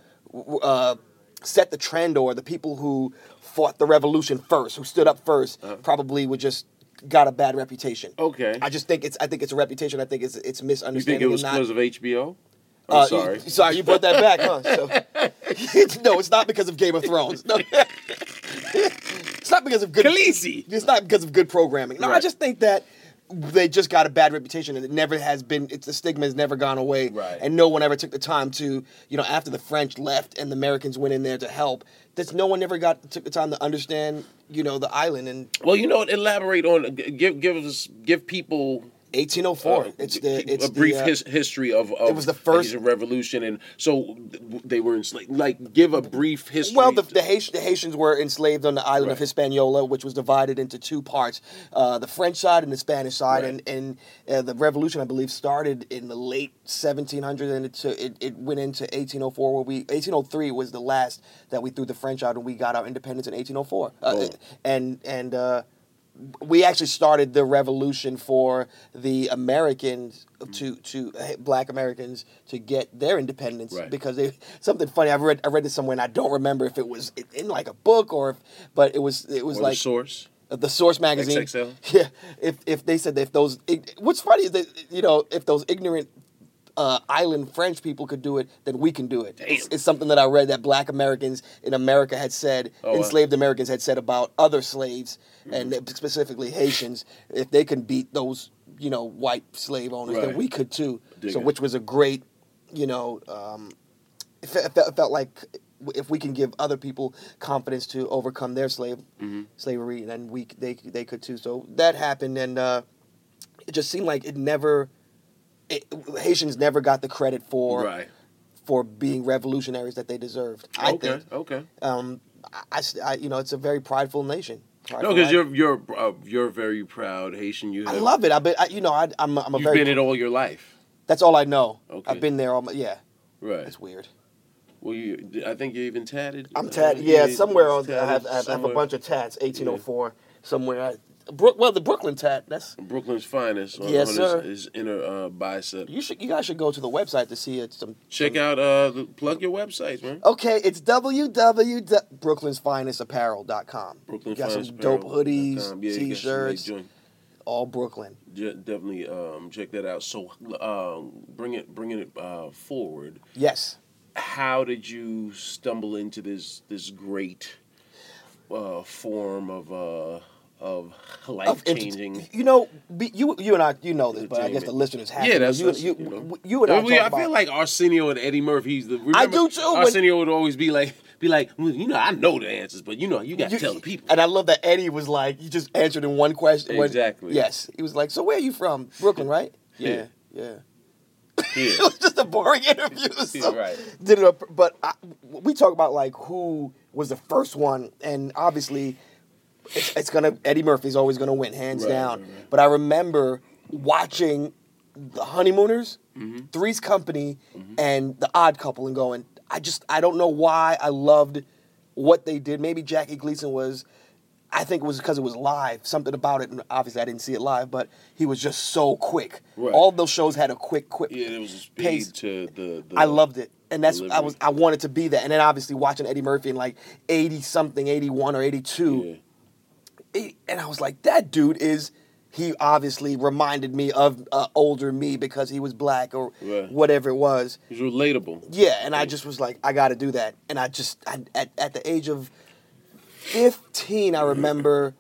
B: uh, set the trend or the people who fought the revolution first, who stood up 1st probably would just got a bad reputation.
A: Uh-huh. Okay.
B: I just think it's I think it's a reputation. I think it's it's
A: You think
B: misunderstanding.
A: it
B: and
A: was
B: not-
A: because of HBO? I'm
B: uh,
A: sorry.
B: You, sorry, you brought that back, huh? So, no, it's not because of Game of Thrones. No. it's not because of good.
A: Khaleesi.
B: It's not because of good programming. No, I
A: Right.
B: just think that they just got a bad reputation and it never has been it's the stigma has never gone away
A: Right.
B: and no one ever took the time to you know after the french left and the americans went in there to help that's no one ever got took the time to understand you know the island in
A: Well, you know, what, elaborate on g- give give us give people um,
B: 1804 it's
A: g-
B: the it's
A: Uh, a brief
B: the, uh,
A: his, history of, of
B: it was the first-
A: Asian Revolution, and so they were enslaved. Like, give a brief history.
B: Well, the, the, Haitian, the Haitians were enslaved on the island
A: Right.
B: of Hispaniola, which was divided into two parts uh, the French side and the Spanish side.
A: Right.
B: And, and uh, the revolution, I believe, started in the late 1700s and it, took- it, it went into 1804, where we, 1803 was the last that we threw the French out and we got our independence in 1804. Uh,
A: Oh.
B: And, and, uh, we actually started the revolution for the Americans to to uh, black Americans to get their independence
A: Right.
B: because they something funny I've read I read this somewhere and I don't remember if it was in like a book or if but it was it was
A: Or the
B: like
A: source.
B: the Source magazine.
A: XXL?
B: Yeah. If if they said that if those ig- what's funny is that you know if those ignorant uh, island French people could do it, then we can do it. It's, it's something that I read that Black Americans in America had
A: Oh,
B: said,
A: wow. Mm-hmm.
B: enslaved Americans had said about other slaves and specifically Haitians. If they can beat those you know white slave owners,
A: Right.
B: then we could too.
A: Dig
B: so
A: it.
B: which was a great you know. Um, it fe- it felt, it felt like if we can give other people confidence to overcome their slave
A: Mm-hmm.
B: slavery, then we c- they c- they could too. So that happened, and uh, it just seemed like it never. It, Haitians never got the credit for
A: Right.
B: for being revolutionaries that they deserved. I
A: okay.
B: think.
A: Okay.
B: Um, I- I, s- I- you know, it's a very prideful nation.
A: No,
B: Prideful
A: because
B: I-
A: you're you're uh, you're very proud Haitian. You
B: I
A: have,
B: love it. I've been, I, you know, I, I'm, a- I'm a
A: You've
B: very.
A: been it all your life.
B: that's all I know.
A: Okay.
B: I've been there all my. Yeah,
A: Right.
B: that's weird.
A: Well, you. I think you're even tatted.
B: I'm
A: Uh,
B: tat. Yeah,
A: you-
B: somewhere on I
A: tatted
B: have, I have, I have a
A: somewhere.
B: bunch of tats. 1804 somewhere. I, Brook, well, the Brooklyn tat. That's
A: Brooklyn's finest on,
B: Yes,
A: on
B: sir.
A: His, his inner uh, bicep.
B: you should. You guys should go to the website to see it. Some
A: Check out uh, the, plug your websites, man.
B: Okay, it's www.brooklinsfinestapparel.com.
A: Brooklyn
B: got some
A: Finest
B: dope
A: Apparel dot
B: hoodies,
A: com. Yeah, you got some nice
B: t-shirts,
A: joint.
B: all Brooklyn.
A: Je- definitely um, check that out. So, um, bring it, bringing it uh, forward.
B: Yes.
A: How did you stumble into this this great uh, form of uh, of life
B: Of ent-
A: changing?
B: You know, be, you you and I you know this, but I guess the
A: Entertainment.
B: listeners have.
A: yeah,
B: to know.
A: that's
B: you.
A: that's,
B: you,
A: know.
B: w- you and I.
A: I, mean,
B: talk
A: I
B: about-
A: feel like Arsenio and Eddie Murphy's the. Remember,
B: do too, but-
A: Arsenio would always be like, be like, "Well, you know, I know the answers, but you know, you got to
B: You-
A: tell the people.
B: And I love that Eddie was like, you just answered in one question. one-
A: Exactly.
B: yes. He was like, so where are you from? Brooklyn, right?
A: Yeah.
B: Yeah.
A: Yeah.
B: it was just a boring interview. So
A: right.
B: Did it, up- but I, we talk about like who was the first one, and obviously, it's, it's gonna Eddie Murphy's always gonna win hands
A: Right,
B: down.
A: right, right.
B: But I remember watching the Honeymooners,
A: Mm-hmm.
B: Three's Company, and The Odd Couple, and going, I just I don't know why I loved what they did. Maybe Jackie Gleason was. I think it was because it was live, something about it, and obviously I didn't see it live, but he was just so quick.
A: Right.
B: All those shows had a quick, quick
A: Yeah, there was a speed
B: pace.
A: to the, the.
B: I loved it. And that's I
A: delivery.
B: was I wanted to be that. And then obviously watching Eddie Murphy in like 80 something, 81 or 82.
A: Yeah.
B: Eight- And I was like, that dude is he obviously reminded me of uh, older me because he was black or
A: Right.
B: whatever it was.
A: It was relatable.
B: Yeah, and I just was like, I got to do that. And I just I, at at the age of 15, I remember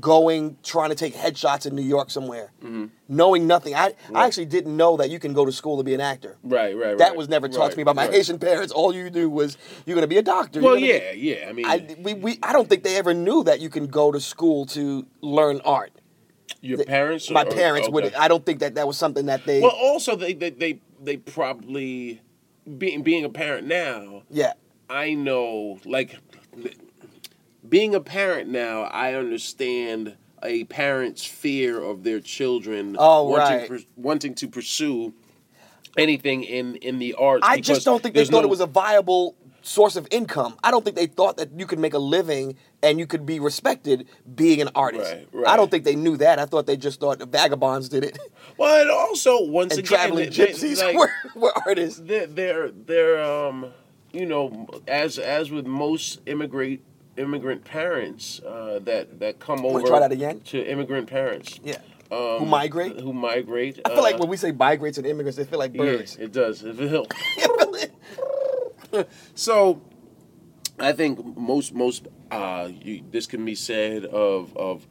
B: going trying to take headshots in New York somewhere,
A: Mm-hmm.
B: knowing nothing. I I actually didn't know that you can go to school to be an actor.
A: Right, right, right.
B: That was never taught to me by my
A: right.
B: Haitian parents. All you knew was you're gonna be a doctor. you're
A: Well,
B: gonna
A: yeah, yeah. I mean,
B: be-" I we, we I don't think they ever knew that you can go to school to learn art.
A: your parents.
B: My
A: or-
B: parents would.
A: oh, okay.
B: I don't think that that was something that they.
A: Well, also they they they, they probably being being a parent now.
B: yeah.
A: I know, like, being a parent now, I understand a parent's fear of their children
B: Oh,
A: wanting,
B: right.
A: pers- wanting to pursue anything in in the arts.
B: I just
A: because
B: don't think they
A: there's
B: thought
A: no-
B: it was a viable source of income. I don't think they thought that you could make a living and you could be respected being an artist.
A: Right, right.
B: I don't think they knew that. I thought they just thought the vagabonds did it
A: Well, and also once
B: and
A: again,
B: traveling
A: they- they-
B: gypsies
A: like,
B: were, were artists.
A: they're they're they're um you know as as with most immigrant immigrant parents uh, that that come over
B: try that again?
A: to immigrant parents
B: Yeah.
A: um, uh,
B: Who migrate?
A: who migrate
B: I feel like when we say migrants and immigrants, they feel like birds.
A: it does it will. so I think most most uh you, this can be said of of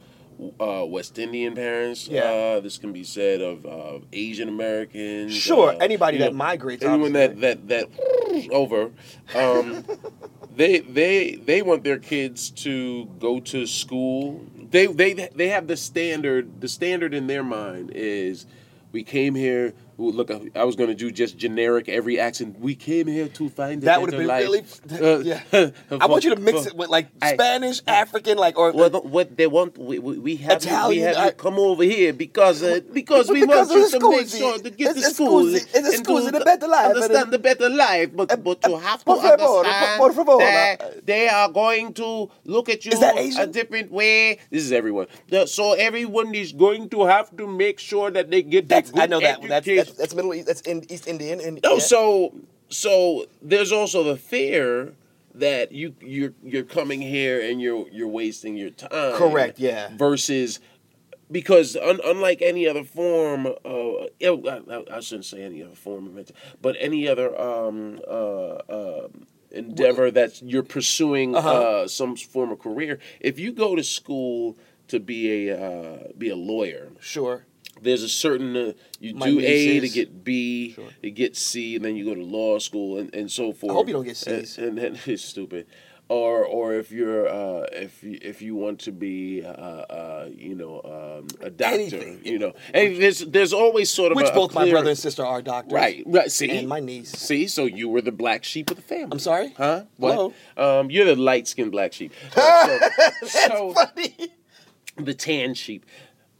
A: uh, West Indian parents.
B: Yeah.
A: Uh, this can be said of uh, Asian Americans.
B: Sure,
A: uh,
B: anybody
A: you
B: that migrates,
A: Anyone that
B: obviously.
A: that that over. Um, they they they want their kids to go to school. They they they have the standard. The standard in their mind is, we came here. ooh, Look, I- I was gonna do just generic every accent. We came here to find a
B: That would have
A: better
B: been
A: life. Uh,
B: really. yeah. I want you to mix
A: for-
B: it with like
A: I-
B: Spanish, African, like or
A: well, the- what they want, we, we we have you, we
B: Italian,
A: have
B: I-
A: you come over here because uh, because we
B: Because
A: want you
B: of the
A: to make
B: schools,
A: sure to get
B: it's-
A: to
B: it's
A: school
B: schools, it's the
A: and
B: schools,
A: to
B: it's a better life, and
A: understand
B: it- Um,
A: the better life. But but you have to
B: por favor,
A: understand
B: por favor. Uh,
A: that they are going to look at you
B: Is that
A: a
B: Asian?
A: different way. This is everyone. The- So everyone is going to have to make sure that they get that
B: that's,
A: good
B: I know that that's,
A: education.
B: that's that's Middle East. That's in East Indian. And,
A: No,
B: yeah.
A: so so there's also the fear that you you're you're coming here and you're you're wasting your time.
B: Correct, yeah.
A: Versus because un, unlike any other form of yeah, I, I- I shouldn't say any other form of it, but any other um uh, uh endeavor that you're pursuing uh
B: uh-huh.
A: some form of career, if you go to school to be a uh, be a lawyer,
B: sure.
A: there's a certain uh, you
B: My
A: do A to
B: nieces.
A: get B,
B: Sure.
A: to get C, and then you go to law school and, and so forth.
B: hope you don't get Cs.
A: And, and then it's stupid. Or, or if you're uh, if you, if you want to be uh, uh, you know um, a doctor
B: Anything.
A: you know and there's there's always sort of
B: Which
A: a, a
B: both my
A: clear-
B: brother and sister are doctors.
A: right right see
B: And my niece.
A: see so you were the black sheep of the family
B: I'm sorry?
A: huh what um, you're the light skinned black sheep Uh, so, so- the tan sheep.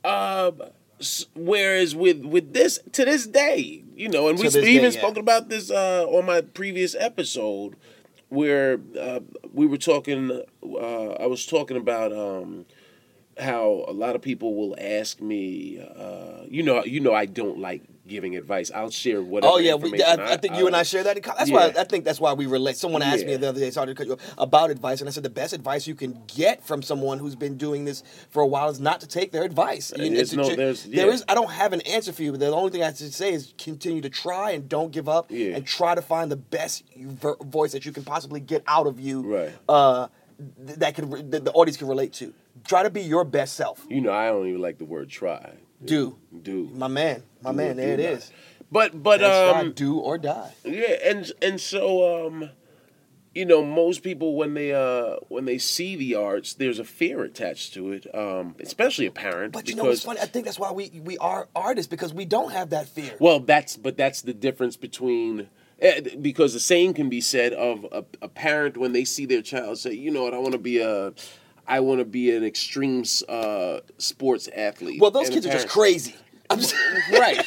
A: Um, s- whereas with with this to this day, you know, and we
B: To this
A: even
B: day, yeah.
A: spoke about this uh, on my previous episode where uh, we were talking. Uh, I was talking about um, how a lot of people will ask me. Uh, you know, you know, I don't like giving advice. I'll share whatever.
B: Oh yeah, we,
A: information uh,
B: I, I think you and I share that. in co- That's why
A: Yeah.
B: I think that's why we relate. Someone asked me
A: Yeah.
B: the other day, sorry to cut you off, about advice, and I said the best advice you can get from someone who's been doing this for a while is not to take their advice. You know,
A: Uh, there's
B: to-
A: no-
B: to-
A: there's-
B: there
A: yeah.
B: is- I don't have an answer for you, but the only thing I have to say is continue to try and don't give up,
A: Yeah.
B: and try to find the best ver- voice that you can possibly get out of you.
A: Right.
B: Uh, th- that can re- that the audience can relate to. Try to be your best self.
A: You know, I don't even like the word try.
B: Do,
A: Do.
B: my man, my
A: Do or
B: man.
A: do
B: There it
A: not.
B: is.
A: But but
B: That's
A: um,
B: right, do or die.
A: Yeah, and and so um, you know, most people when they uh when they see the arts, there's a fear attached to it, um, especially a parent.
B: But you know what's
A: because,
B: funny? I think that's why we we are artists because we don't have that fear.
A: Well, that's but that's the difference between. eh, Because the same can be said of a, a parent when they see their child say, you know what, I want to be a, I want to be an extreme uh, sports athlete.
B: Well, those
A: And a
B: kids are just
A: parent-
B: crazy. I'm just,
A: right.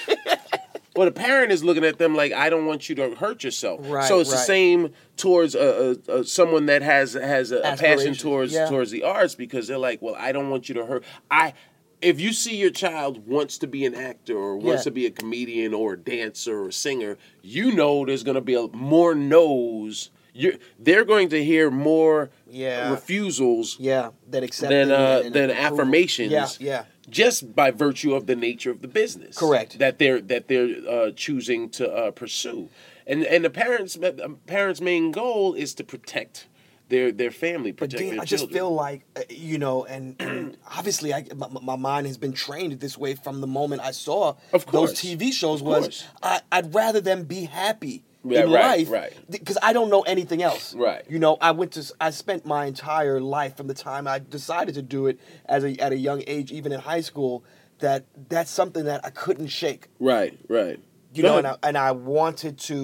A: Well, the parent is looking at them like, I don't want you to hurt yourself.
B: Right,
A: So it's the
B: right.
A: same towards a, a, a someone that has has a, a passion
B: Aspirations,
A: towards
B: yeah.
A: towards the arts because they're like, well, I don't want you to hurt. I if you see your child wants to be an actor or wants
B: Yeah.
A: to be a comedian or a dancer or a singer, you know there's going to be a, more no's. You're, they're going to hear more
B: Yeah.
A: refusals
B: yeah, that accepting
A: than uh,
B: and- and
A: than
B: approval.
A: affirmations.
B: Yeah, yeah.
A: Just by virtue of the nature of the business.
B: Correct.
A: That they're that they're uh, choosing to uh, pursue, and and the parents the parents' main goal is to protect their their family,
B: But
A: protect
B: Dean,
A: their
B: I just
A: children.
B: feel like uh, you know, and, and obviously, I my, my mind has been trained this way from the moment I saw
A: Of course.
B: those TV shows.
A: Of
B: was
A: course.
B: I, I'd rather them be happy
A: Yeah,
B: in
A: right,
B: life,
A: right.
B: Because I don't know anything else,
A: Right.
B: You know, I went to s- I spent my entire life from the time I decided to do it as a at a young age, even in high school. That that's something that I couldn't shake
A: right, right.
B: you
A: Go
B: know, and I,
A: ahead.
B: and I wanted to.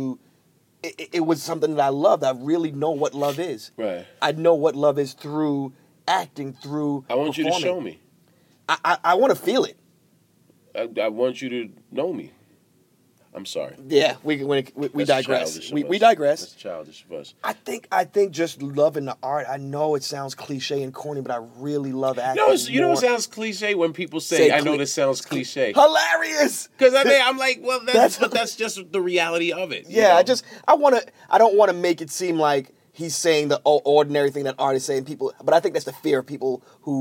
B: It, it- it was something that I loved. I really know what love is.
A: Right.
B: I know what love is through acting, through.
A: I want you to show
B: performing.
A: me.
B: I I, I want to feel it.
A: I, I want you to know me. I'm sorry.
B: Yeah, we can- we we, we
A: That's
B: digress.
A: childish of
B: We, we
A: us. That's
B: digress.
A: childish of us.
B: I think I think just loving the art. I know it sounds cliche and corny, but I really love acting.
A: No, it's, you know
B: more.
A: what sounds cliche when people say,
B: Say
A: "I know
B: cli-
A: this sounds cliche."
B: hilarious.
A: Because I think I'm like, well, that's,
B: That's-
A: but that's just the reality of it. you
B: Yeah, I
A: know?
B: just I want to. I don't want to make it seem like he's saying the o- ordinary thing that artists say. And people, but I think that's the fear of people who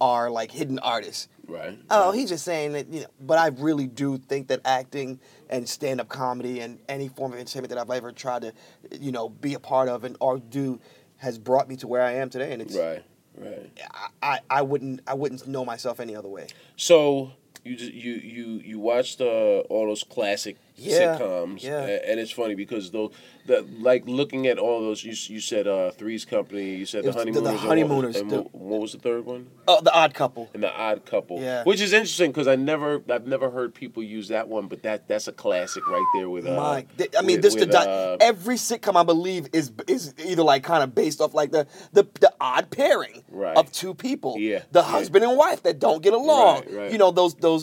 B: are like hidden artists.
A: right.
B: Oh, he's just saying that, you know. But I really do think that acting and stand-up comedy and any form of entertainment that I've ever tried to, you know, be a part of and or do, has brought me to where I am today. And it's
A: Right. Right.
B: I, I, I wouldn't I wouldn't know myself any other way.
A: So you just, you you you watched uh, all those classic
B: Yeah,
A: sitcoms,
B: yeah.
A: a- and it's funny because though the like looking at all those, you s- you said uh, Three's Company, you said
B: It
A: the
B: was the-
A: Honeymooners,
B: the
A: and what-
B: Honeymooners,
A: and
B: the-
A: what, what was the third one?
B: Uh, the Odd Couple.
A: And the Odd Couple,
B: Yeah.
A: which is interesting because I never I've never heard people use that one, but that that's a classic right there with uh,
B: My, th- I mean,
A: with-
B: this the
A: with,
B: di-
A: uh,
B: every sitcom I believe is is either like kind of based off like the the, the odd pairing
A: Right.
B: of two people,
A: Yeah,
B: the
A: yeah.
B: husband and wife that don't get along.
A: Right, right.
B: You know those those.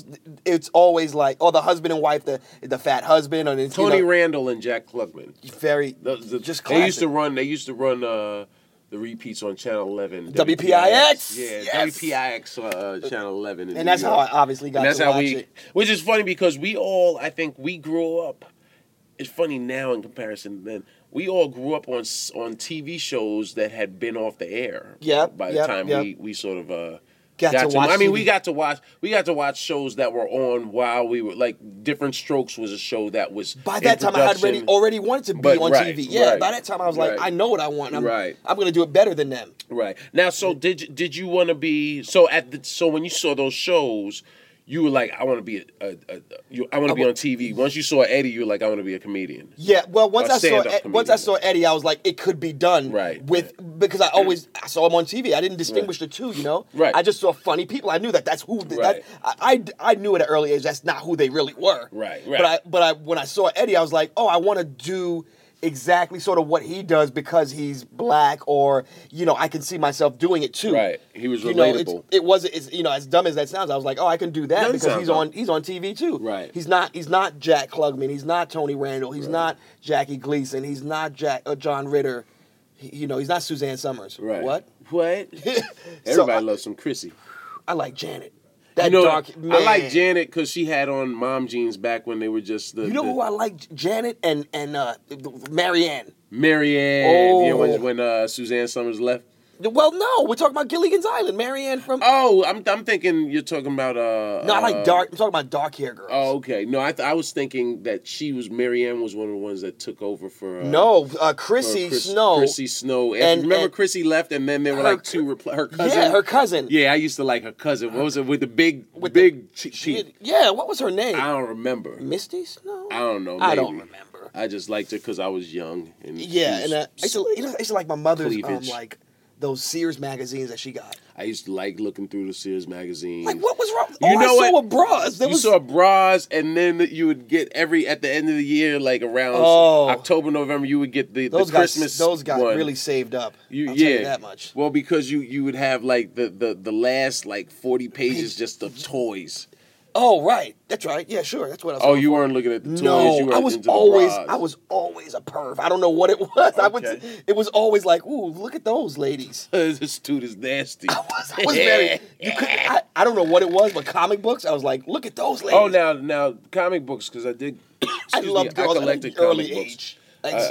B: It's always like oh the husband and wife the the fat husband and it's, you
A: Tony
B: know,
A: Randall and Jack Klugman.
B: very
A: Those- the-
B: just
A: they used
B: classic.
A: to run. They used to run uh, the repeats on Channel Eleven.
B: WPIX,
A: Yeah,
B: yes.
A: WPIX uh, Channel Eleven. in
B: and
A: New
B: that's how I
A: York.
B: obviously got
A: And that's
B: to
A: how
B: watch
A: we.
B: it.
A: Which is funny because we all, I think, we grew up. It's funny now in comparison. Then we all grew up on s- on TV shows that had been off the air.
B: Yep,
A: By
B: yep,
A: the time
B: yep.
A: we we sort of. Uh,
B: Got to watch
A: I mean, we
B: TV.
A: got to watch. We got to watch shows that were on while we were like. Different Strokes was a show that was
B: By
A: in
B: that time, I had already
A: production.
B: already wanted to be
A: But
B: on
A: right,
B: TV. Yeah,
A: right,
B: by that time I was like,
A: right.
B: I know what I want. I'm,
A: Right.
B: I'm gonna do it better than them.
A: Right now,
B: Mm-hmm.
A: so did you, did you want to be so at the so when you saw those shows, you were like, I want to be a, a, a you, I want to be on TV. Once you saw Eddie, you were like, I want to be a comedian.
B: Yeah, well, once
A: A
B: I saw
A: stand-up
B: Ed, once
A: comedian.
B: I saw Eddie, I was like, it could be done
A: Right,
B: with because I always I saw him on TV. I didn't distinguish the two, you know.
A: Right.
B: I just saw funny people. I knew that that's who they,
A: Right.
B: that I, I I knew at an early age that's not who they really were.
A: Right,
B: But I
A: right.
B: but I when I saw Eddie, I was like, oh, I want to do exactly sort of what he does because he's black or you know I can see myself doing it too.
A: Right. He was
B: You know, it's-
A: relatable.
B: it wasn't it's, you know as dumb as that sounds. I was like, oh, I can do that
A: Doesn't
B: because
A: sound
B: he's
A: dumb.
B: on he's on TV too.
A: Right.
B: He's not he's not Jack Klugman. He's not Tony Randall. He's not Jackie Gleason. He's not Jack uh, John Ritter. He- you know, he's not Suzanne Summers.
A: Right.
B: What?
A: What?
B: So
A: Everybody
B: I-
A: loves some Chrissy.
B: I like Janet. That
A: you know,
B: dark man.
A: I like Janet because she had on mom jeans back when they were just the.
B: You know
A: the,
B: who I like? Janet and and uh, Marianne.
A: Marianne.
B: Oh.
A: You know, when when uh, Suzanne Summers left.
B: Well, no, we're talking about Gilligan's Island. Marianne from.
A: Oh, I'm I'm thinking you're talking about uh.
B: no, I
A: uh,
B: like dark. I'm talking about dark hair girls.
A: Oh, okay. No, I th- I was thinking that she was Marianne was one of the ones that took over for. Uh,
B: no, uh,
A: for
B: Chrissy
A: Chris-
B: Snow.
A: Chrissy Snow. And,
B: And-
A: remember,
B: and-
A: Chrissy left, and then there were
B: Her-
A: like two repl- her cousin.
B: Yeah, her cousin.
A: Yeah, I used to like her cousin. What was it with the big,
B: With
A: big che-
B: She-
A: cheek?
B: yeah. What was her name?
A: I don't remember.
B: Misty Snow.
A: I don't know.
B: I don't
A: maybe.
B: remember.
A: I just liked her because I was young. And
B: Yeah,
A: she
B: and
A: was-
B: uh, I used to, you know, I used to like my mother's um,
A: Cleavage.
B: like those Sears magazines that she got.
A: I used to like looking through the Sears magazine.
B: Like, what was wrong?
A: You
B: All
A: know
B: I saw
A: what?
B: were bras. There
A: you
B: was
A: saw bras, and then you would get every at the end of the year, like around
B: Oh.
A: October, November, you would get the, the
B: those guys.
A: Christmas.
B: those guys
A: one.
B: really saved up.
A: You,
B: I'll
A: yeah,
B: tell you that much.
A: Well, because you you would have like the the the last like forty pages just of toys.
B: Oh right, that's right. Yeah, sure. That's Mm-hmm. what I was.
A: Oh, you weren't looking at the toys. you
B: no,
A: were
B: I was
A: into the
B: always
A: bras.
B: I was always a perv. I don't know what it was. I would.
A: Okay.
B: It was always like, ooh, look at those ladies.
A: this dude is nasty.
B: I was, I was very. You could. I, I don't know what it was, but comic books. I was like, look at those ladies.
A: Oh, now now comic books because I did.
B: I
A: excuse
B: loved
A: me,
B: girls
A: I
B: at
A: collected
B: an early
A: comic books. I,
B: age.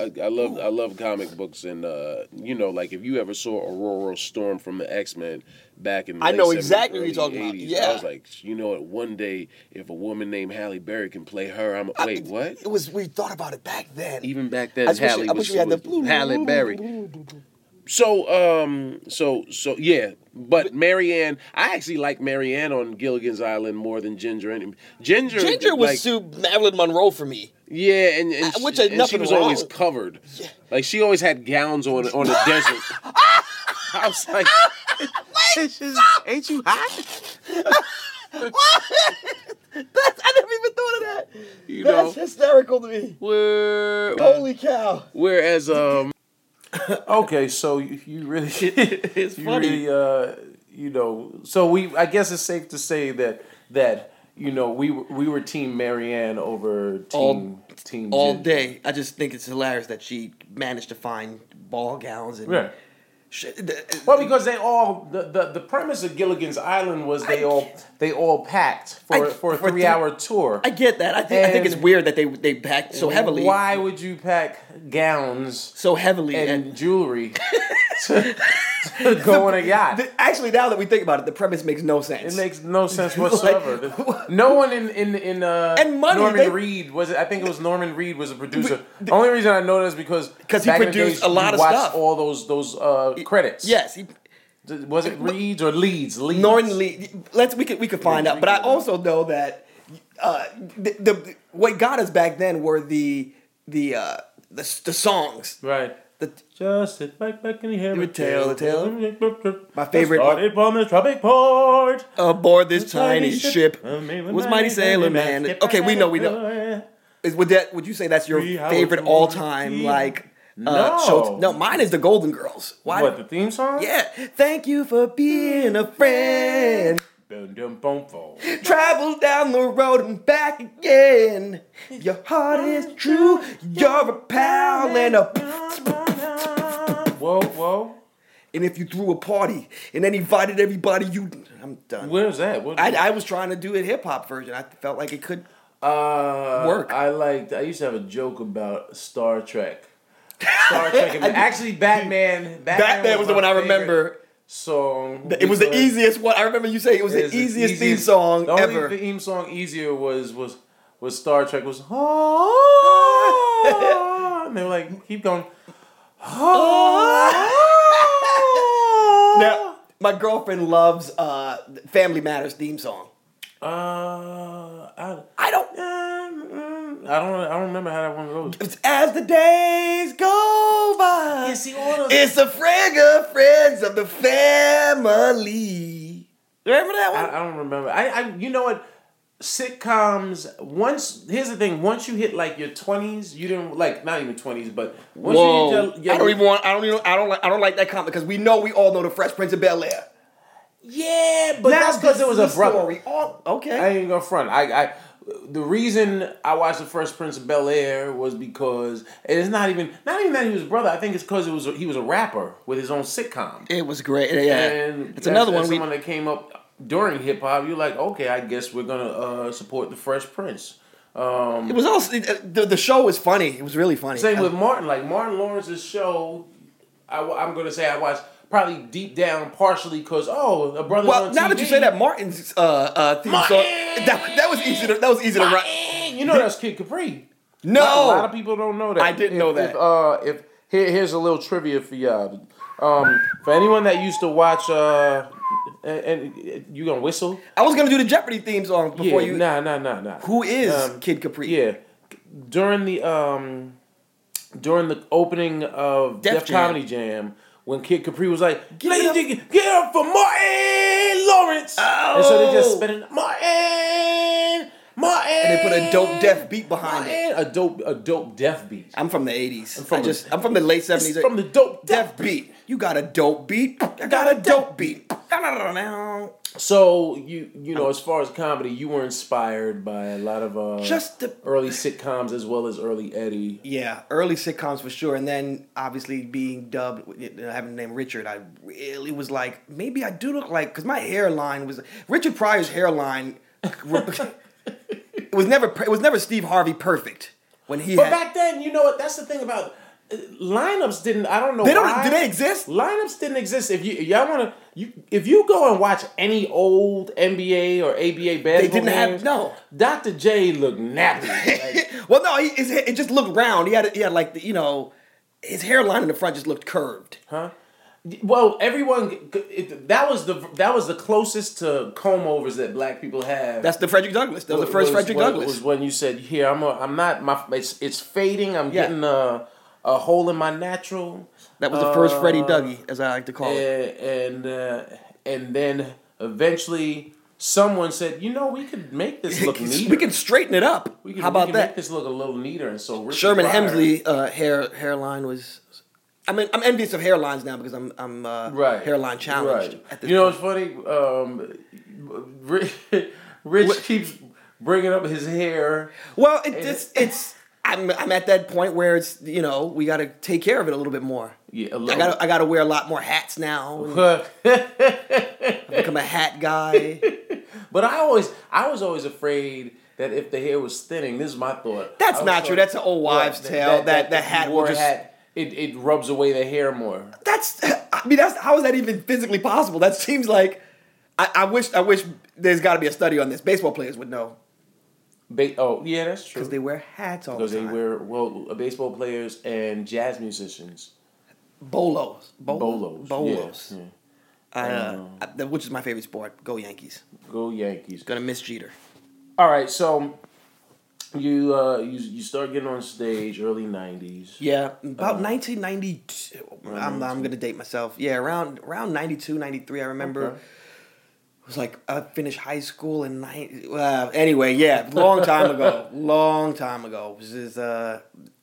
B: Like,
A: I, I love I love comic books and uh, you know like if you ever saw Aurora Storm from the X Men back in the
B: I
A: late
B: know
A: 70s,
B: exactly who you're
A: early
B: talking about.
A: 80s,
B: Yeah.
A: I was like you know what one day if a woman named Halle Berry can play her I'm
B: I-
A: wait what
B: It was. We thought about it back then.
A: even back then
B: I just wish-
A: Halle
B: I
A: was,
B: wish we had the
A: was
B: blue-
A: Halle Berry so um so so yeah but Marianne I actually like Marianne on Gilligan's Island more than Ginger and Ginger
B: Ginger was
A: like,
B: Sue Marilyn Monroe for me.
A: Yeah, and, and,
B: Uh, which
A: she,
B: is
A: and she
B: nothing
A: was
B: wrong.
A: always covered. Like she always had gowns on on the desert. I was like, "This is- ain't you hot?
B: That's, I never even thought of that.
A: You
B: That's
A: know.
B: hysterical to me.
A: Where,
B: Holy cow.
A: whereas um. okay, so you, you really, it's
B: funny.
A: uh, you know. So we, I guess it's safe to say that that you know we were- we were Team Marianne over Team
B: All-
A: Team
B: All
A: Ginger.
B: day. I just think it's hilarious that she managed to find ball gowns and.
A: Yeah.
B: Shit, th-
A: Well, because they all the, the, the premise of Gilligan's Island was they all they all packed for
B: I-
A: for a
B: for
A: three
B: three-
A: hour tour.
B: I get that. I think. I think it's
A: And-
B: weird that they they packed so heavily.
A: Why would you pack gowns
B: So heavily
A: and,
B: and.
A: jewelry to, to go on a yacht?
B: Th- Actually, now that we think about it, the premise makes no sense.
A: it makes no sense whatsoever. no one in in in uh,
B: And money,
A: Norman
B: they-
A: Reed was. it- I think it was Norman Reed was a producer. the only reason I know that is because
B: 'Cause he
A: back in the
B: produced
A: days,
B: a lot
A: you
B: of
A: watched
B: stuff.
A: All those those uh, credits.
B: yes, he,
A: D- Was it Reeds or Leeds? Leeds.
B: Norton Lee. Let's we could we could find out. But I also know that uh, the, the what got us back then were the the uh, the, the songs.
A: Right.
B: The,
A: Just sit right back in the hair.
B: would tell the
A: tale.
B: My favorite-
A: Started from a tropic port.
B: aboard this tiny ship was
A: was
B: mighty sailor man. Okay, we know, we know. Is, would that would you say that's your
A: Three hours
B: favorite
A: in
B: all
A: the
B: time
A: sea.
B: like? uh,
A: No.
B: show- no, mine is the Golden Girls. Why?
A: What the theme song?
B: Yeah, thank you for being a friend.
A: Dum dum bum bum.
B: Travel down the road and back again. Your heart is true. You're a pal and a.
A: Whoa, whoa.
B: And if you threw a party and then invited everybody, you. I'm done.
A: Where's that? What,
B: I, I was trying to do a hip hop version. I felt like it could.
A: uh,
B: Work.
A: I liked. I used to have a joke about Star Trek. Star Trek. And actually, Batman. Batman,
B: Batman was the
A: my
B: one I
A: favorite
B: remember.
A: Song.
B: It was the
A: because-
B: easiest one. I remember you saying it was the
A: is
B: easiest, theme song
A: the only
B: ever.
A: theme song easier was was was Star Trek was oh, and they were like keep going. Oh.
B: now, my girlfriend loves uh, Family Matters theme song.
A: uh, I,
B: I don't.
A: I don't I don't remember how that one goes.
B: It's as the days go by.
A: Yeah, see, all those-
B: it's the friend of friends of the family. Remember that one?
A: I, I don't remember. I, I you know what sitcoms once here's the thing once you hit like your 20s you didn't like not even 20s but once you hit your, your
B: I don't even want. I don't even. I don't like. I don't like that comment because we know we all know the Fresh Prince of Bel Air.
A: yeah but that's because it was a brother
B: Story. Oh, okay.
A: I ain't gonna front. I, I the reason I watched the first Prince of Bel Air was because and it's not even not even that he was a brother. I think it's because it was he was a rapper with his own sitcom.
B: it was great. Yeah,
A: And
B: it's another
A: that's- that's
B: one. We,
A: someone that came up during hip hop. You're like, okay, I guess we're gonna uh, support the Fresh Prince.
B: it was also the, the show was funny. It was really funny.
A: Same with Martin. Like Martin Lawrence's show, I, am gonna say I watched probably deep down partially because oh, a brother.
B: Well,
A: on
B: now
A: TV,
B: that you say that, Martin's uh, uh, theme song
A: Martin!
B: that, that was easy. To, that was easy to write.
A: Eh, you know that's Kid Capri.
B: No,
A: A lot of people don't know that.
B: I didn't
A: If-
B: know that.
A: If, uh, if here, here's a little trivia for y'all. Um, for anyone that used to watch, uh, and, and you gonna whistle?
B: I was gonna do the Jeopardy theme song before
A: yeah,
B: you.
A: nah, nah, nah, nah.
B: Who is
A: Um,
B: Kid Capri?
A: Yeah, during the um, during the opening of
B: Def
A: Def,
B: Jam.
A: Comedy Jam. When Kid Capri was like,
B: Give
A: "Ladies and
B: it
A: gentlemen, get up for Martin Lawrence," and so they
B: Oh.
A: just spit in Martin, Martin,
B: And they put a dope deaf beat behind it.
A: Martin, a dope, a dope deaf beat.
B: I'm from the '80s. I'm
A: from
B: I
A: the-
B: just. I'm from the
A: It's
B: late '70s.
A: from the dope
B: Def
A: deaf.
B: beat. You got a dope beat. I got a dope beat. Da-da-da-da-da.
A: So you you know, as far as comedy, you were inspired by a lot of uh,
B: Just the-
A: early sitcoms as well as early Eddie.
B: Yeah, early sitcoms for sure, and then obviously being dubbed, you know, having the name Richard, I really was like, maybe I do look like because my hairline was Richard Pryor's hairline. it was never per- it was never Steve Harvey perfect when he
A: But
B: had.
A: back then, you know what? That's the thing about uh, lineups didn't. I don't know.
B: They don't-
A: why.
B: do they exist?
A: Lineups didn't exist. If you y'all want to, you if you go and watch any old NBA or ABA basketball,
B: didn't have-
A: games,
B: no.
A: Dr. J looked nappy. Like,
B: well, no, he, his, hair- it just looked round. He had he had like the, you know, his hairline in the front just looked curved.
A: Huh? Well, everyone. It, that was the that was the closest to comb overs that black people have.
B: That's the Frederick Douglass. That was the first
A: was-
B: Frederick
A: was-
B: Douglass.
A: was when you said, "Here, I'm. A, I'm not. My. It's it's fading. I'm
B: Yeah.
A: getting a a hole in my natural."
B: that was the first
A: Uh,
B: Freddie Dougie, as I like to call
A: and
B: it.
A: and, uh, and then eventually someone said, "You know, we could make this look neater.
B: we can straighten it up.
A: We could-
B: How about
A: we could
B: that?
A: Make this look a little neater." And so Richard
B: Sherman
A: Pryor-
B: Hemsley uh, hair hairline was. I mean, I'm envious of hairlines now because I'm I'm uh,
A: right
B: hairline challenged.
A: Right.
B: At this
A: you know,
B: point.
A: it's funny. Um, Rich, Rich keeps bringing up his hair.
B: well, it, it's it's. I'm, I'm at that point where it's you know we got to take care of it a little bit more.
A: Yeah, a
B: I
A: little.
B: got I got to wear a lot more hats now. and become a hat guy.
A: But I always, I was always afraid that if the hair was thinning, this is my thought.
B: That's
A: I was
B: not
A: thought-
B: true. That's an old wives' tale, that- that
A: if
B: hat
A: you
B: will
A: wore a
B: just-
A: hat, it it rubs away the hair more.
B: That's I mean that's how is that even physically possible? That seems like I, I wish I wish there's got to be a study on this. Baseball players would know
A: Ba- oh yeah, that's true.
B: because they wear hats all the
A: Because they
B: time.
A: wear well, uh, baseball players and jazz musicians
B: bolos, Bol-
A: bolos.
B: bolos.
A: Yeah, yeah.
B: I, uh, I- th- which is my favorite sport. Go Yankees.
A: Go Yankees.
B: Gonna miss Jeter.
A: All right, so you uh you you start getting on stage early '90s.
B: Yeah, about
A: Uh,
B: 1992. I'm, I'm gonna date myself. Yeah, around around 92, 93. I remember.
A: Okay.
B: It was like I finished high school in nine. Uh, anyway, yeah, long time ago. long time ago. Which is uh,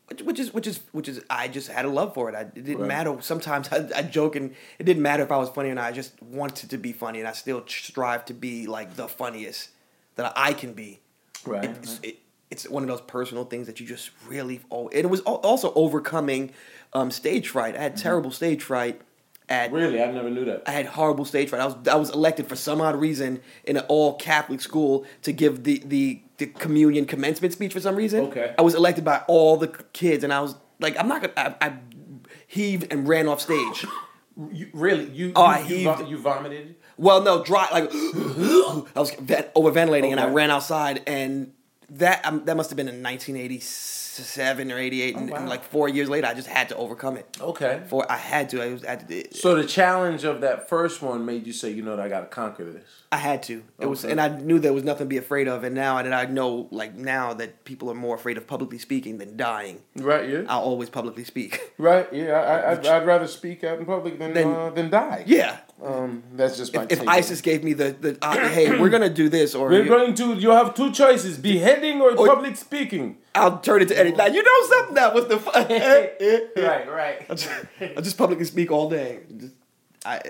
B: which, which is which is which is I just had a love for it. I, it didn't
A: Right.
B: matter. Sometimes I, I joke and it didn't matter if I was funny or not. I just wanted to be funny, and I still strive to be like the funniest that I can be
A: Right.
B: it's, it, it's one of those personal things that you just really oh it was al- also overcoming um, stage fright i had terrible stage fright at
A: Mm-hmm. Really, I never knew that.
B: i had horrible stage fright i was i was elected for some odd reason in an all catholic school to give the the the communion commencement speech for some reason
A: Okay.
B: i was elected by all the kids and i was like i'm not gonna i, I heaved and ran off stage
A: You, really, you
B: Oh,
A: you,
B: I
A: you, vom-
B: heaved.
A: you vomited.
B: Well, no, dry like I was ven- over ventilating, and I
A: Okay.
B: ran outside, and that um, that must have been in 1987 or 88, and,
A: Oh,
B: and
A: wow.
B: like four years later, I just had to overcome it.
A: Okay.
B: For I had to, I, was, I, did-
A: So the challenge of that first one made you say, you know, what, I got to conquer this.
B: I had to. It was,
A: Okay.
B: and I knew there was nothing to be afraid of, and now that I know, like now that people are more afraid of publicly speaking than dying,
A: Right. Yeah.
B: I'll always publicly speak.
A: Right. Yeah. I, I, I'd, I'd rather speak out in public than
B: Then-
A: uh, than die.
B: yeah.
A: Um, that's just my.
B: If, if
A: take on it.
B: ISIS gave me the, the uh, hey, we're gonna do this, or
A: We're
B: you- Oh.
A: going to. You have two choices: beheading or, public speaking.
B: I'll turn it to Eddie. Now you know something that was the fun.
A: Right, right.
B: I just publicly speak all day. Just, I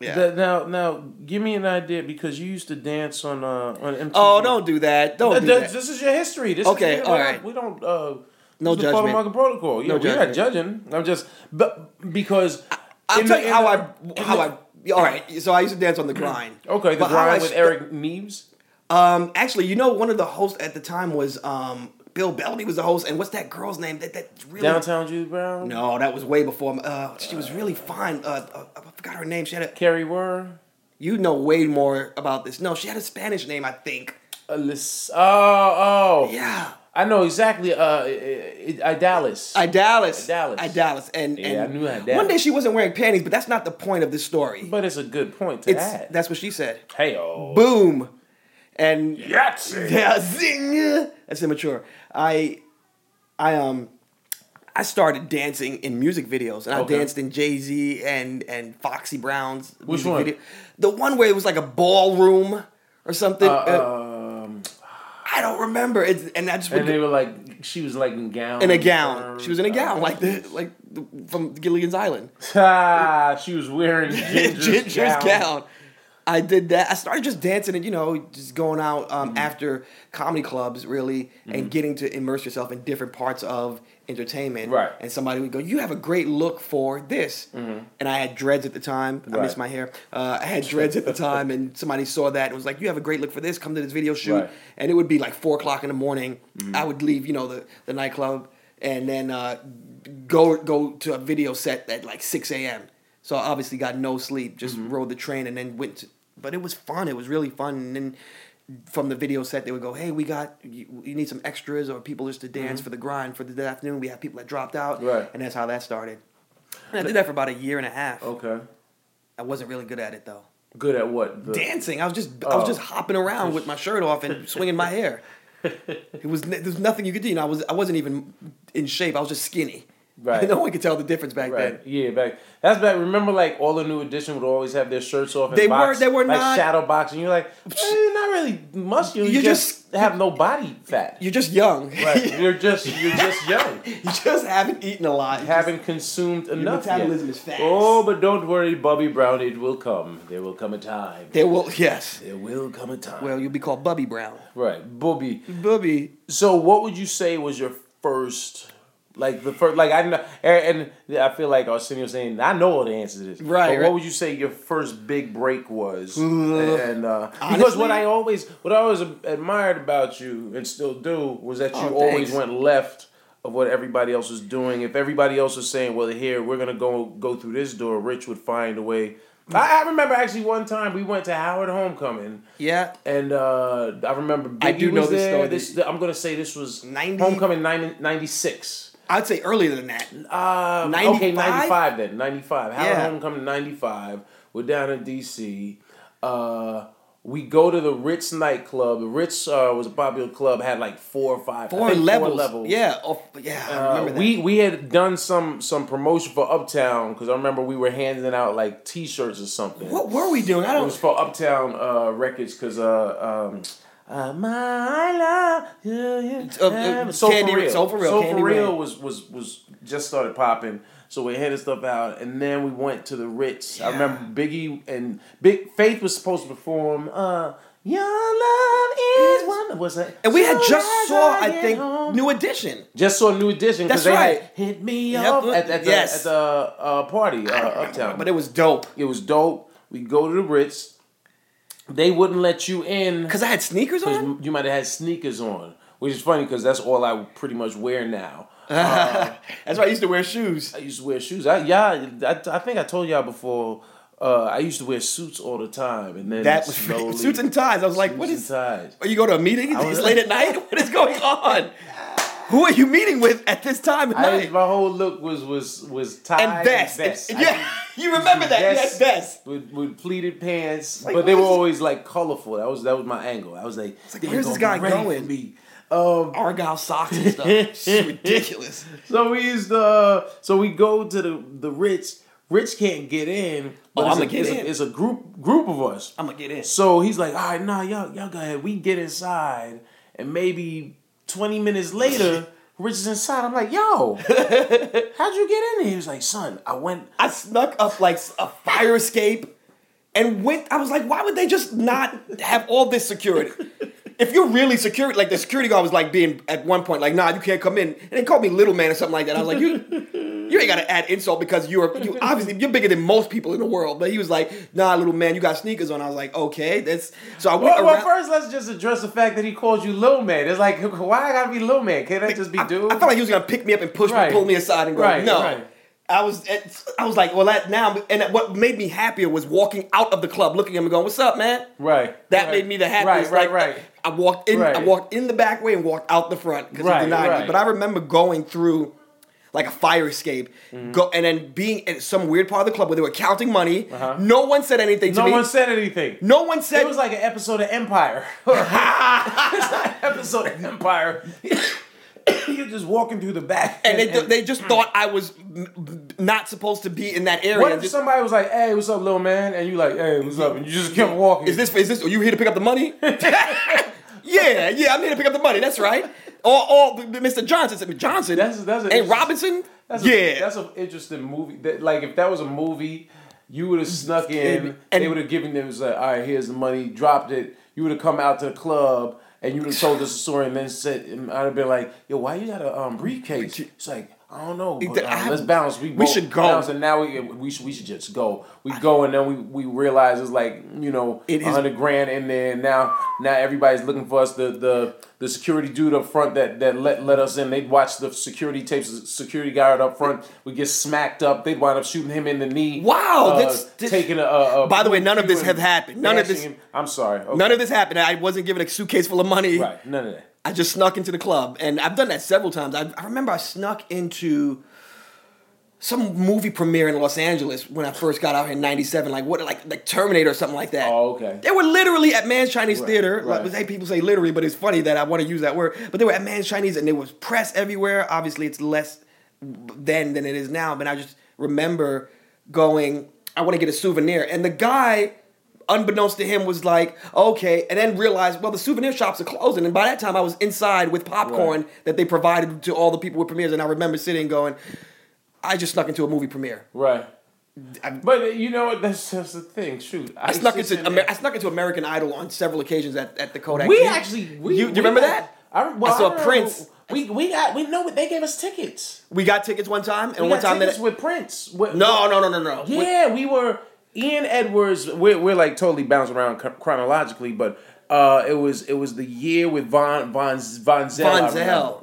B: yeah.
A: Th- now, now, give me an idea because you used to dance on uh, on MTV.
B: oh, don't do that. Don't
A: Th-
B: do
A: th-
B: that.
A: This is your history. This
B: Okay,
A: is, we
B: all
A: don't-
B: right.
A: We don't. Uh,
B: No
A: this is the Follow
B: judgment.
A: market protocol. Yeah,
B: No
A: we're not judging. I'm just, but because
B: I'll
A: in
B: tell
A: the-
B: you
A: in
B: how
A: the-
B: I how I. All right, so I used to dance on the grind.
A: Okay, the
B: But how I
A: grind with
B: st-
A: Eric Neves.
B: Um, actually, you know, one of the hosts at the time was um Bill Bellamy was the host, and what's that girl's name? That that really
A: Downtown Juice Brown.
B: No, that was way before. Uh, she was really fine. Uh, uh, I forgot her name. She had a.
A: Carrie Were.
B: You know way more about this. No, she had a Spanish name, I think.
A: Alyssa. Oh, oh.
B: Yeah.
A: I know exactly. Uh, I, I, I Dallas.
B: I Dallas.
A: Dallas.
B: I Dallas. And,
A: Yeah,
B: and
A: I knew I had
B: One day
A: Dallas.
B: she wasn't wearing panties, but that's not the point of this story.
A: but it's a good point to
B: it's
A: add.
B: that's what she said.
A: Hey, oh.
B: Boom. And
A: Yahtzee.
B: yeah, zing. That's immature. I I um I started dancing in music videos, and I
A: Okay.
B: danced in Jay Z and and Foxy Brown's.
A: Which
B: music
A: one?
B: The one where it was like a ballroom or something. Uh,
A: Um,
B: I don't remember. It's and I just would
A: and they were like, she was like in gown.
B: in a gown. She was in a
A: Uh,
B: gown, like the like the, from Gilligan's Island.
A: Ah, she was wearing Ginger's,
B: Ginger's gown.
A: gown.
B: I did that. I started just dancing and you know just going out um,
A: Mm-hmm.
B: after comedy clubs really and getting to immerse yourself in different parts of entertainment.
A: Right. Mm-hmm.
B: And somebody would go, "You have a great look for this," and I had dreads at the time. I
A: Right.
B: missed my hair. Uh, I had dreads at the time, and somebody saw that and was like, "You have a great look for this. Come to this video shoot."
A: Right. Mm-hmm.
B: And it would be like four o'clock in the morning. I would leave, you know, the the nightclub and then uh, go go to a video set at like six a.m. So I obviously got no sleep. Just
A: Mm-hmm.
B: rode the train and then went. To, but it was fun. It was really fun. And then from the video set, they would go, "Hey, we got you, you need some extras or people just to dance for the grind for the afternoon." We have people that dropped out,
A: Mm-hmm. Right.
B: and that's how that started. And I did that for about a year and a half.
A: Okay.
B: I wasn't really good at it though.
A: Good at what? The-
B: Dancing, I was just I was
A: Oh.
B: just hopping around with my shirt off and swinging my hair. It was n- there's nothing you could do. You know, I was I wasn't even in shape. I was just skinny.
A: Right.
B: No one could tell the difference back
A: Right.
B: then.
A: Yeah, back. That's back. Remember, like all the new edition would always have their shirts off. And
B: They
A: box,
B: were- they were
A: like
B: not-
A: shadow boxing. You're like, "Eh, you're not really muscular. You,
B: You
A: just, have no body fat.
B: You're just young.
A: right. You're just you're just young.
B: you just haven't eaten a lot. You
A: Haven't consumed enough.
B: metabolism
A: yet.
B: is fast.
A: Oh, but don't worry, Bobby Brown. It will come. There will come a time.
B: just- There will yes.
A: There will come a time.
B: Well, you'll be called Bubby Brown.
A: right, Bobby.
B: Bubby.
A: So, what would you say was your first, like the first, like I know, and and I feel like Arsenio saying I know all the answers to this,
B: Right,
A: But
B: right. Mm-hmm.
A: what would you say your first big break was? and uh, because
B: honestly-
A: what I always, what I always admired about you and still do was that you
B: Oh,
A: always
B: thanks.
A: went left of what everybody else was doing. If everybody else was saying, "Well, here we're gonna go go through this door," Rich would find a way.
B: Mm.
A: I, I remember actually one time we went to Howard Homecoming.
B: Yeah.
A: And uh, I remember Biggie
B: I do know
A: was
B: this
A: there.
B: story.
A: This, I'm gonna say this was
B: 90?
A: Homecoming 90, 96.
B: I'd say earlier than that.
A: Uh, okay,
B: 95?
A: 95 then. 95. Howard
B: Yeah.
A: Homecoming 95. We're down in D.C. Uh, we go to the Ritz nightclub. The Ritz uh, was a popular club. Had like four or five, I
B: Four
A: think
B: levels. Yeah. Oh, yeah. I
A: uh,
B: remember that.
A: we we had done some some promotion for Uptown because I remember we were handing out like T-shirts or something.
B: what were we doing? I
A: It was
B: don't.
A: for Uptown uh, Records because uh, um, uh, my love, yeah, yeah.
B: Uh, uh,
A: so
B: Candy-
A: for real,
B: So For Real,
A: So
B: Candy
A: for real
B: Rain.
A: was was was just started popping. So we handed stuff out, and then we went to the Ritz. I remember Biggie and Big Faith was supposed to perform. Uh, Your love is one. Was that?
B: And we had
A: So
B: just
A: as
B: saw, I
A: get
B: think,
A: home-
B: New Edition.
A: just saw New Edition
B: That's
A: because they
B: right.
A: had hit me
B: Yep,
A: up at, at the,
B: yes.
A: at the uh, party uh, uptown.
B: But it was dope.
A: It was dope. We go to the Ritz. They wouldn't let you in
B: Cause I had sneakers on.
A: because you might have had sneakers on, which is funny because that's all I pretty much wear now. Uh,
B: That's why I used to wear shoes.
A: I used to wear shoes. I yeah, I, I think I told y'all before. Uh, I used to wear suits all the time, and then
B: That was
A: slowly,
B: suits and ties. I was like, what
A: suits
B: is?
A: and ties.
B: Are you going to a meeting?
A: I
B: It's
A: was-
B: late at night. What is going on? Who are you meeting with at this time of
A: I,
B: night?
A: my whole look was was was tied
B: and vest.
A: I
B: yeah, you remember that?
A: Vest
B: Yes, vest.
A: With, with pleated pants,
B: Like,
A: but they
B: what
A: were
B: is-
A: always like colorful. That was that was my angle. I was like,
B: like,
A: "They're
B: where's this
A: gonna be
B: guy
A: ready for
B: going?"
A: Me. Um,
B: Argyle socks and stuff. It's ridiculous.
A: so we used to, uh, so we go to the the Ritz. Rich can't get in.
B: Oh,
A: but it's
B: I'ma
A: a-
B: get
A: it's a-
B: in.
A: it's a group group of us.
B: I'm gonna get in.
A: So he's like, all right, nah, y'all, y'all go ahead. We get inside, and maybe 20 minutes later, Rich is inside. I'm like, yo, how'd you get in there? He was like, son, I went.
B: I snuck up like a fire escape and went. I was like, why would they just not have all this security? If you're really secure, like the security guard was like being at one point like, nah, you can't come in, and they called me little man or something like that. I was like, you, you ain't gotta add insult because you're you obviously you're bigger than most people in the world. But he was like, nah, little man, you got sneakers on. I was like, okay, that's so I went
A: Well, well,
B: around.
A: first let's just address the fact that he called you Lil Man. It's like, why I gotta be Lil Man? Can't that just be
B: I,
A: dude?
B: I felt like he was gonna pick me up and push
A: Right.
B: me, pull me aside, and go,
A: Right,
B: "No."
A: right.
B: I was, at, I was like, "Well, that now." And what made me happier was walking out of the club, looking at him, and going, "What's up, man?"
A: right.
B: That
A: right.
B: made me the happiest.
A: Right, right,
B: like,
A: right.
B: I walked in. I
A: Right.
B: walked in the back way and walked out the front because
A: Right,
B: he denied me.
A: right.
B: But I remember going through like a fire escape,
A: Mm-hmm.
B: go and then being at some weird part of the club where they were counting money. No one said anything to
A: Uh-huh. No
B: me.
A: one said anything.
B: no one said.
A: It was like an episode of Empire. it's not an episode of Empire. You're just walking through the back.
B: and they, they just
A: mm.
B: thought I was m- m- not supposed to be in that area.
A: what if
B: Just-
A: somebody was like, "Hey, what's up, little man?" And you like, "Hey, what's up?" And you just kept walking.
B: Is this is this? Are you here to pick up the money? yeah, yeah, I'm here to pick up the money. That's right. Or, or Mr. Johnson said, Johnson
A: That's- that's a-
B: and Robinson.
A: That's
B: yeah,
A: a, that's an interesting movie. That, like if that was a movie, you would have snuck in.
B: And-
A: they would have given them was like, all right, here's the money. Dropped it. You would have come out to the club and you would have told us a story and then said, and I'd have been like, yo, why you got a um, briefcase? It's like. I don't know. but,
B: Th-
A: um,
B: I-
A: let's bounce. We, both
B: should go.
A: bounce, and now we we should, we should just go. We go, and then we, we realize it's like you know
B: It is-
A: hundred grand in there. And now now everybody's looking for us. The the the security dude up front that that let let us in. They'd watch the security tapes. The security guard up front would get smacked up. They'd wind up shooting him in the knee.
B: Wow,
A: Uh,
B: that's- that's-
A: taking a, a, a-
B: By the way, none of this have happened. None of
A: bashing
B: this-
A: him. I'm sorry. Okay.
B: none of this happened. I wasn't given a suitcase full of money.
A: Right. None of that.
B: I just snuck into the club, and I've done that several times. I, I remember I snuck into some movie premiere in Los Angeles when I first got out here in '97, like what, like like Terminator or something like that.
A: Oh, okay.
B: They were literally at Man's Chinese Theater.
A: right.
B: Like, hey, people say literally, but it's funny that I want to use that word. But they were at Man's Chinese, and there was press everywhere. Obviously, it's less then than it is now. But I just remember going, I want to get a souvenir, and the guy. Unbeknownst to him, was like okay, and then realized well the souvenir shops are closing, and by that time I was inside with popcorn
A: Right.
B: that they provided to all the people with premieres, and I remember sitting going, I just snuck into a movie premiere.
A: Right.
B: I-
A: But uh, you know what? That's that's the thing. Shoot,
B: I snuck
A: sit
B: into
A: in
B: Amer- I snuck into American Idol on several occasions at, at the Kodak.
A: We
B: You-
A: actually, we,
B: you, you
A: we
B: remember
A: got-
B: that?
A: I, well,
B: I saw
A: remember
B: Prince.
A: We we got we know what they gave us tickets.
B: We got tickets one time, and
A: We got
B: one time
A: tickets
B: that
A: with Prince. With,
B: no, no, no, no, no. We-
A: Yeah, we were Ian Edwards. We're, we're like totally bouncing around chron- chronologically, but uh, it was it was the year with Von Von Von Zell, I
B: Von Zell.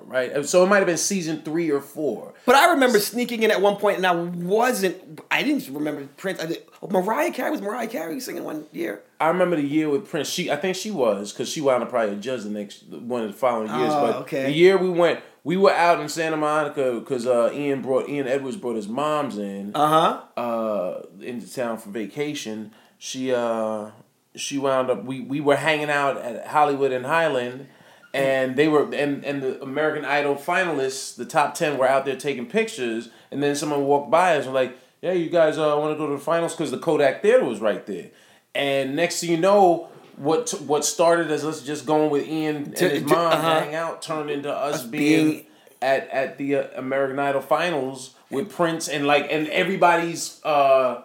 A: remember, right? So it might have been season three or four.
B: But I remember sneaking in at one point, and I wasn't. I didn't remember Prince. I did, oh, Mariah Carey was Mariah Carey singing one year.
A: I remember the year with Prince. She, I think she was because she wound up probably a judge the next one of the following years.
B: Oh,
A: but
B: okay.
A: the year we went, We were out in Santa Monica because uh, Ian brought Ian Edwards brought his mom's in
B: Uh
A: uh, into town for vacation. She uh, she wound up. We, we were hanging out at Hollywood and Highland, and they were and and the American Idol finalists, the top ten, were out there taking pictures. And then someone walked by us and like, "Yeah, you guys uh, want to go to the finals?" Because the Kodak Theater was right there. And next thing you know. What, what started as us just going with Ian and
B: To-
A: his
B: to-
A: mom to
B: uh-huh.
A: hang out turned into us
B: being-
A: being at at the uh, American Idol finals with Prince and like and everybody's uh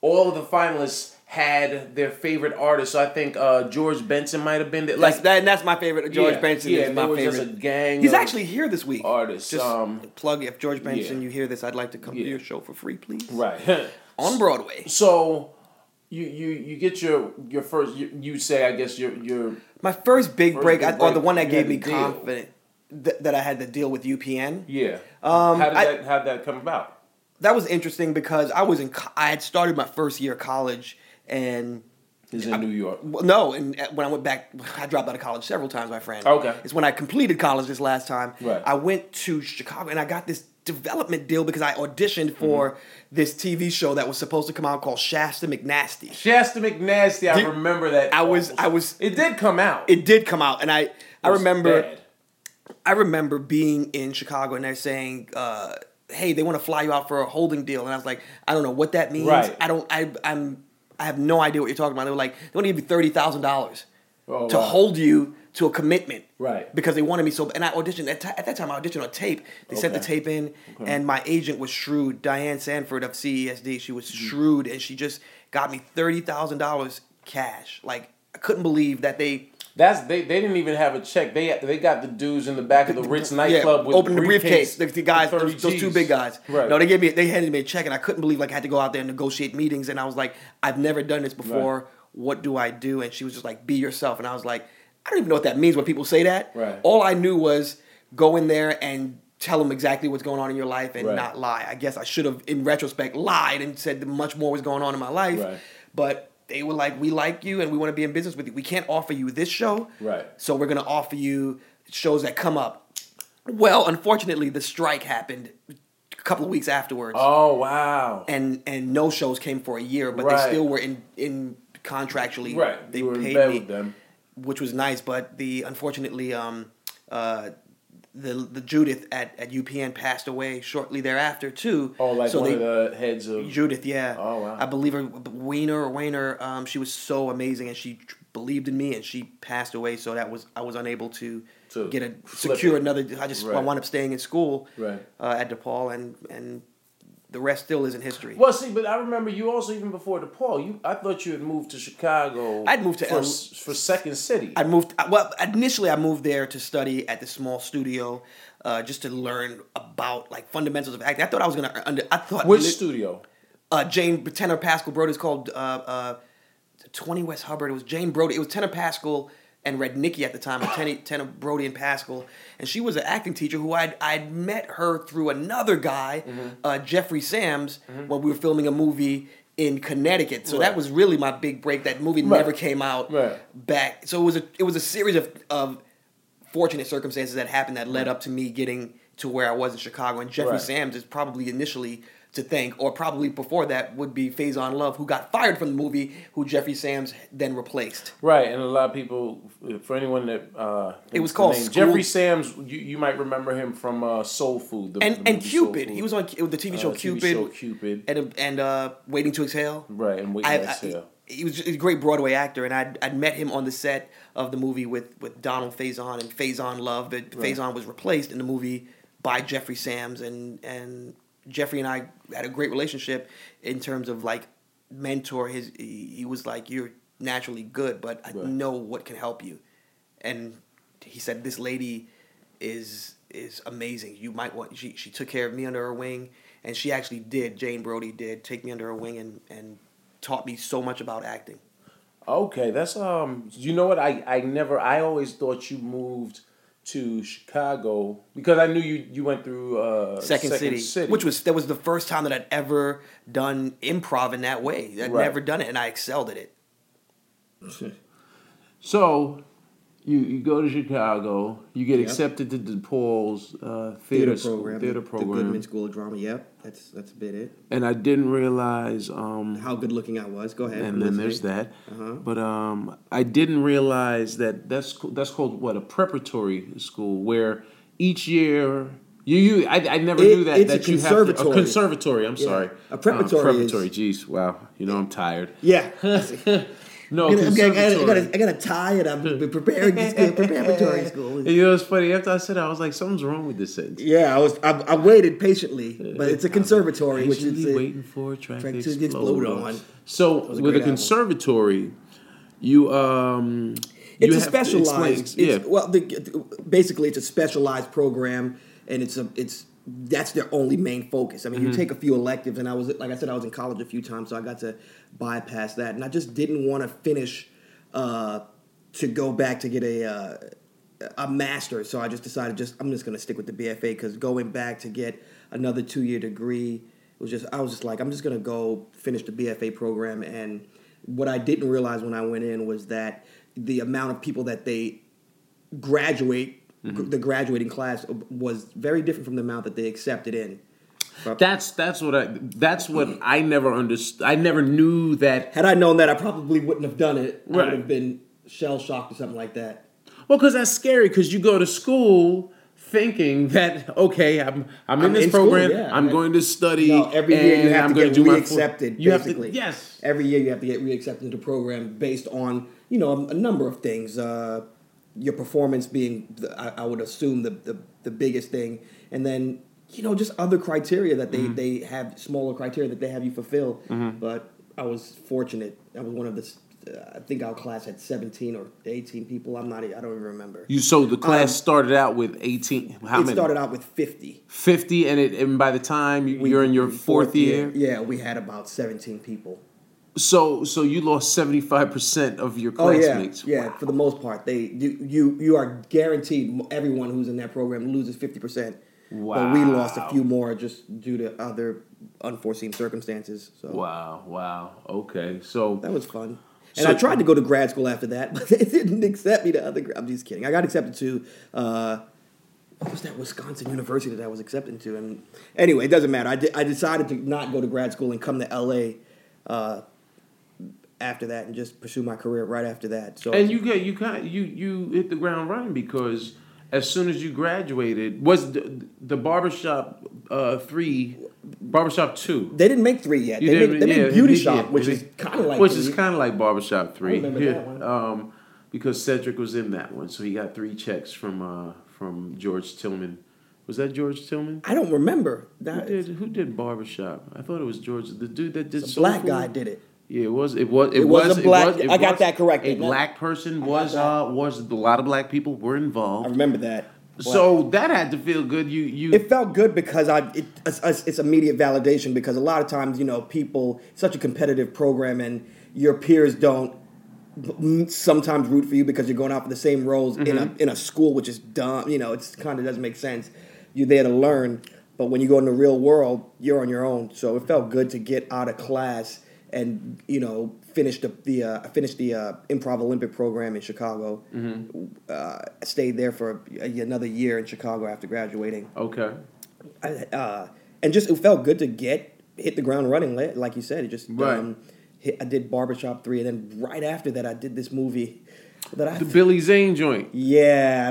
A: all of the finalists had their favorite artists. So I think uh George Benson might have been there.
B: huh. Like
A: Like
B: that. And that's my favorite. George
A: yeah,
B: Benson
A: yeah,
B: is
A: they
B: my
A: were
B: favorite.
A: Just a gang.
B: He's
A: of-
B: actually here this week.
A: artists,
B: Just
A: um,
B: plug if George Benson,
A: yeah.
B: you hear this, I'd like to come
A: Yeah.
B: to your show for free, please.
A: right.
B: On Broadway.
A: so you you you get your your first you, you say I guess your your
B: My first big
A: First
B: break,
A: big
B: I, or
A: break,
B: the one that
A: you
B: gave
A: had
B: me
A: to deal.
B: confidence th- that I had to deal with UPN.
A: yeah.
B: Um,
A: how did
B: I-
A: that how did that come about?
B: That was interesting because I was in. co- I had started my first year of college, and
A: Is in New York.
B: well, no, and uh, when I went back, I dropped out of college several times, my friend.
A: Okay.
B: it's when I completed college this last time.
A: Right.
B: I went to Chicago and I got this development deal because I auditioned for
A: Mm-hmm.
B: this TV show that was supposed to come out called Shasta McNasty.
A: Shasta McNasty, I
B: Did-
A: remember that.
B: I was- I was-
A: It did come out.
B: It did come out, and I I
A: was
B: remember.
A: bad.
B: I remember being in Chicago and they're saying, uh, "Hey, they want to fly you out for a holding deal," and I was like, "I don't know what that means.
A: Right.
B: I don't. I, I'm. I have no idea what you're talking about." They were like, "They want to give you thirty thousand dollars
A: Oh,
B: to
A: wow.
B: hold you to a commitment."
A: Right.
B: Because they wanted me so, and I auditioned at, ti- at that time. I auditioned on tape. They sent the
A: Okay.
B: tape in, and my agent was shrewd, Diane Sanford of CESD. She was
A: Mm-hmm.
B: shrewd, and she just got me thirty thousand dollars cash. Like I couldn't believe that they
A: That's they, they didn't even have a check. They they got the dudes in the back of the Ritz nightclub with
B: opened the briefcase. The,
A: with
B: the guys,
A: 30
B: those, those two
A: Gs.
B: big guys.
A: Right.
B: No, they gave me, they handed me a check, and I couldn't believe like I had to go out there and negotiate meetings. And I was like, I've never done this before.
A: Right.
B: What do I do? And she was just like, be yourself. And I was like, I don't even know what that means when people say that.
A: Right.
B: All I knew was go in there and tell them exactly what's going on in your life and
A: Right.
B: not lie. I guess I should have, in retrospect, lied and said that much more was going on in my life.
A: Right.
B: But they were like, we like you and we want to be in business with you. We can't offer you this show.
A: Right.
B: So we're gonna offer you shows that come up. Well, unfortunately, the strike happened a couple of weeks afterwards,
A: Oh wow!
B: and and no shows came for a year, but
A: Right.
B: they still were in in contractually.
A: right,
B: they
A: you were in
B: paid
A: bed
B: me,
A: with them.
B: which was nice. But the unfortunately, um, uh, the the Judith at, at UPN passed away shortly thereafter too.
A: Oh, like
B: so
A: one
B: they,
A: of the heads of
B: Judith, yeah.
A: Oh, wow.
B: I believe her, Wiener or Wiener. Um, she was so amazing, and she tr- believed in me, and she passed away. So that was I was unable to,
A: To
B: get a
A: flip
B: secure
A: it.
B: another. I just I
A: Right.
B: wound up staying in school
A: Right.
B: uh, at DePaul, and and the rest still isn't history.
A: Well, see, but I remember you also even before DePaul. You, I thought you had moved to Chicago.
B: I'd moved to
A: for,
B: L-
A: s- for Second City.
B: I moved. I- Well, initially I moved there to study at the small studio, uh, just to learn about like fundamentals of acting. I thought I was gonna under. I thought
A: Which
B: lit-
A: studio?
B: uh, Jane Tanner Pascal Brody. It's called uh, uh, Twenty West Hubbard. It was Jane Brody. It was Tanner Pascal and Red Nikki at the time. or Tanny, Tanner Brody and Pascal, and she was an acting teacher who I'd I'd met her through another guy,
A: Mm-hmm.
B: uh, Jeffrey Sams, when we were filming a movie. In Connecticut, so that
A: Right.
B: was really my big break. That movie
A: Right.
B: never came out
A: Right.
B: back, so it was a it was a series of, of fortunate circumstances that happened that led up to me getting to where I was in Chicago. And Jeffrey
A: Right.
B: Sams is probably initially to thank, or probably before that would be Faison Love, who got fired from the movie, who Jeffrey Sams then replaced.
A: Right, and a lot of people. For anyone that uh,
B: It was
A: the
B: called
A: name-
B: School-
A: Jeffrey Sams. You, you might remember him from uh, Soul Food the,
B: And
A: the
B: and
A: movie Soul
B: Cupid,
A: Food.
B: he was on Cu- the TV show
A: Uh,
B: Cupid,
A: TV show Cupid.
B: and and uh, Waiting to Exhale.
A: Right, and Waiting
B: I-
A: to
B: I-
A: Exhale.
B: He was just a great Broadway actor, and I'd, I'd met him on the set of the movie with, with Donald Faison, and Faison loved it. Faison was replaced in the movie by Jeffrey Sams, and, and Jeffrey and I had a great relationship in terms of like mentor. His he, he was like, "You're naturally good, but I
A: Right.
B: know what can help you," and he said, "This lady is is amazing. You might want." She she took care of me under her wing, and she actually did. Jane Brody did take me under her wing and and taught me so much about acting.
A: Okay, that's um. You know what? I I never. I always thought you moved to Chicago because I knew you you went through uh
B: Second, City, which was that was the first time that I'd ever done improv in that way. I'd
A: Right.
B: never done it, and I excelled at it.
A: so. you you go to Chicago, you get accepted to DePaul's uh, theater
C: Theater
A: school-
C: program.
A: theater
C: The
A: program,
C: Goodman School of Drama. Yep, that's that's a bit it.
A: and I didn't realize. Um,
C: How good looking I was. Go ahead.
A: and then there's that,
C: Uh-huh.
A: but um, I didn't realize that that's co- that's called what a preparatory school where each year you you I, I never
C: It-
A: knew that
C: it's a
A: that you have to, a
C: conservatory.
A: conservatory. I'm sorry,
C: A preparatory
A: Uh,
C: is-
A: preparatory. Geez, wow, you know I'm tired.
C: Yeah.
A: No,
C: I gotta, I gotta, I
A: conservatory.
C: gotta, I gotta tie it. I'm preparing this kid preparatory school.
A: And you know what's funny? After I said that, I was like, something's wrong with this sentence.
C: Yeah, I was. I, I waited patiently, but it's a conservatory, which
A: Patiently
C: is a,
A: waiting for a track,
C: track
A: to
C: to
A: explode,
C: explode
A: on.
C: on.
A: So
C: was a
A: with a
C: great album.
A: conservatory, you um, you
C: it's a
A: have to explain-
C: specialized.
A: yeah,
C: it's, Well, the, basically, it's a specialized program, and it's a it's that's their only main focus. I mean, you take a few electives, and I was like I said, I was in college a few times, so I got to bypass that, and I just didn't want to finish uh, to go back to get a. Uh, a master, so I just decided just I'm just gonna stick with the BFA because going back to get another two year degree it was just I was just like I'm just gonna go finish the BFA program and what I didn't realize when I went in was that the amount of people that they graduate the graduating class was very different from the amount that they accepted in.
A: that's that's what I that's what I never understood. I never knew that.
C: Had I known that, I probably wouldn't have done it. I
A: Right.
C: would have been shell shocked or something like that.
A: Well, because that's scary. Because you go to school thinking that okay, I'm I'm in
C: I'm
A: this
C: in school,
A: program.
C: yeah,
A: I'm
C: right.
A: going to study.
C: No, every year you
A: and
C: have
A: I'm
C: to
A: gonna
C: get
A: do my full-
C: reaccepted.
A: You have
C: basically.
A: to yes.
C: Every year you have to get reaccepted into the program based on you know a, a number of things. Uh, your performance being, the, I, I would assume, the, the the biggest thing, and then you know just other criteria that they
A: Mm-hmm.
C: they have smaller criteria that they have you fulfill. But I was fortunate. I was one of the. s- Uh, I think our class had seventeen or eighteen people. I'm not. e- I don't even remember.
A: You so the class started out with eighteen. How
C: Um, it
A: many?
C: started out with fifty.
A: 50 and it and by the time you, you're in your fourth, year,
C: Yeah, we had about seventeen people.
A: so so you lost 75% of your classmates
C: Oh, yeah, yeah. For the most part, they you you, you are guaranteed everyone who's in that program loses fifty percent. But we lost a
A: Wow.
C: few more just due to other unforeseen circumstances. So
A: wow wow okay so
C: that was fun. And
A: So-
C: I tried to go to grad school after that, but they didn't accept me to other. gra- I'm just kidding. I got accepted to uh, what was that Wisconsin University that I was accepted to? And anyway, it doesn't matter. I, de- I decided to not go to grad school and come to LA uh, after that and just pursue my career right after that. So
A: and you get you got you you hit the ground running because as soon as you graduated was the, the barbershop uh 3 barbershop 2
C: They didn't make three yet.
A: You
C: they
A: did,
C: made, they
A: yeah,
C: made Beauty
A: yeah,
C: Shop,
A: yeah,
C: which
A: they
C: is
A: did.
C: kind of like
A: which
C: three.
A: is kind of like barbershop three.
C: remember
A: yeah,
C: that one.
A: Um, because Cedric was in that one, so he got three checks from uh, from George Tillman. Was that George Tillman?
C: I don't remember
A: Who
C: that.
A: did who did barbershop? I thought it was George, the dude that did.
C: The
A: Soul
C: black
A: Food?
C: guy did it.
A: Yeah, it was. It was. It,
C: It
A: was,
C: was a black-
A: It was, it
C: I got
A: was-
C: that corrected.
A: A black person was
C: that.
A: uh was a lot of black people were
C: I
A: involved.
C: remember that.
A: So that had to feel good. You you.
C: it felt good because I it, it's, it's it's immediate validation because a lot of times you know people it's such a competitive program and your peers don't sometimes root for you because you're going out for the same roles in a in a school which is dumb you know it's kind of doesn't make sense you're there to learn but when you go in the real world you're on your own so it felt good to get out of class and you know finish the the uh, finish the uh, improv Olympic program in Chicago uh, stayed there for a, another year in Chicago after graduating
A: okay.
C: I, uh, and just it felt good to get hit the ground running. li- Like you said, it just
A: Right.
C: um, hit, I did Barbershop three, and then right after that, I did this movie that I
A: The Billy Zane joint.
C: yeah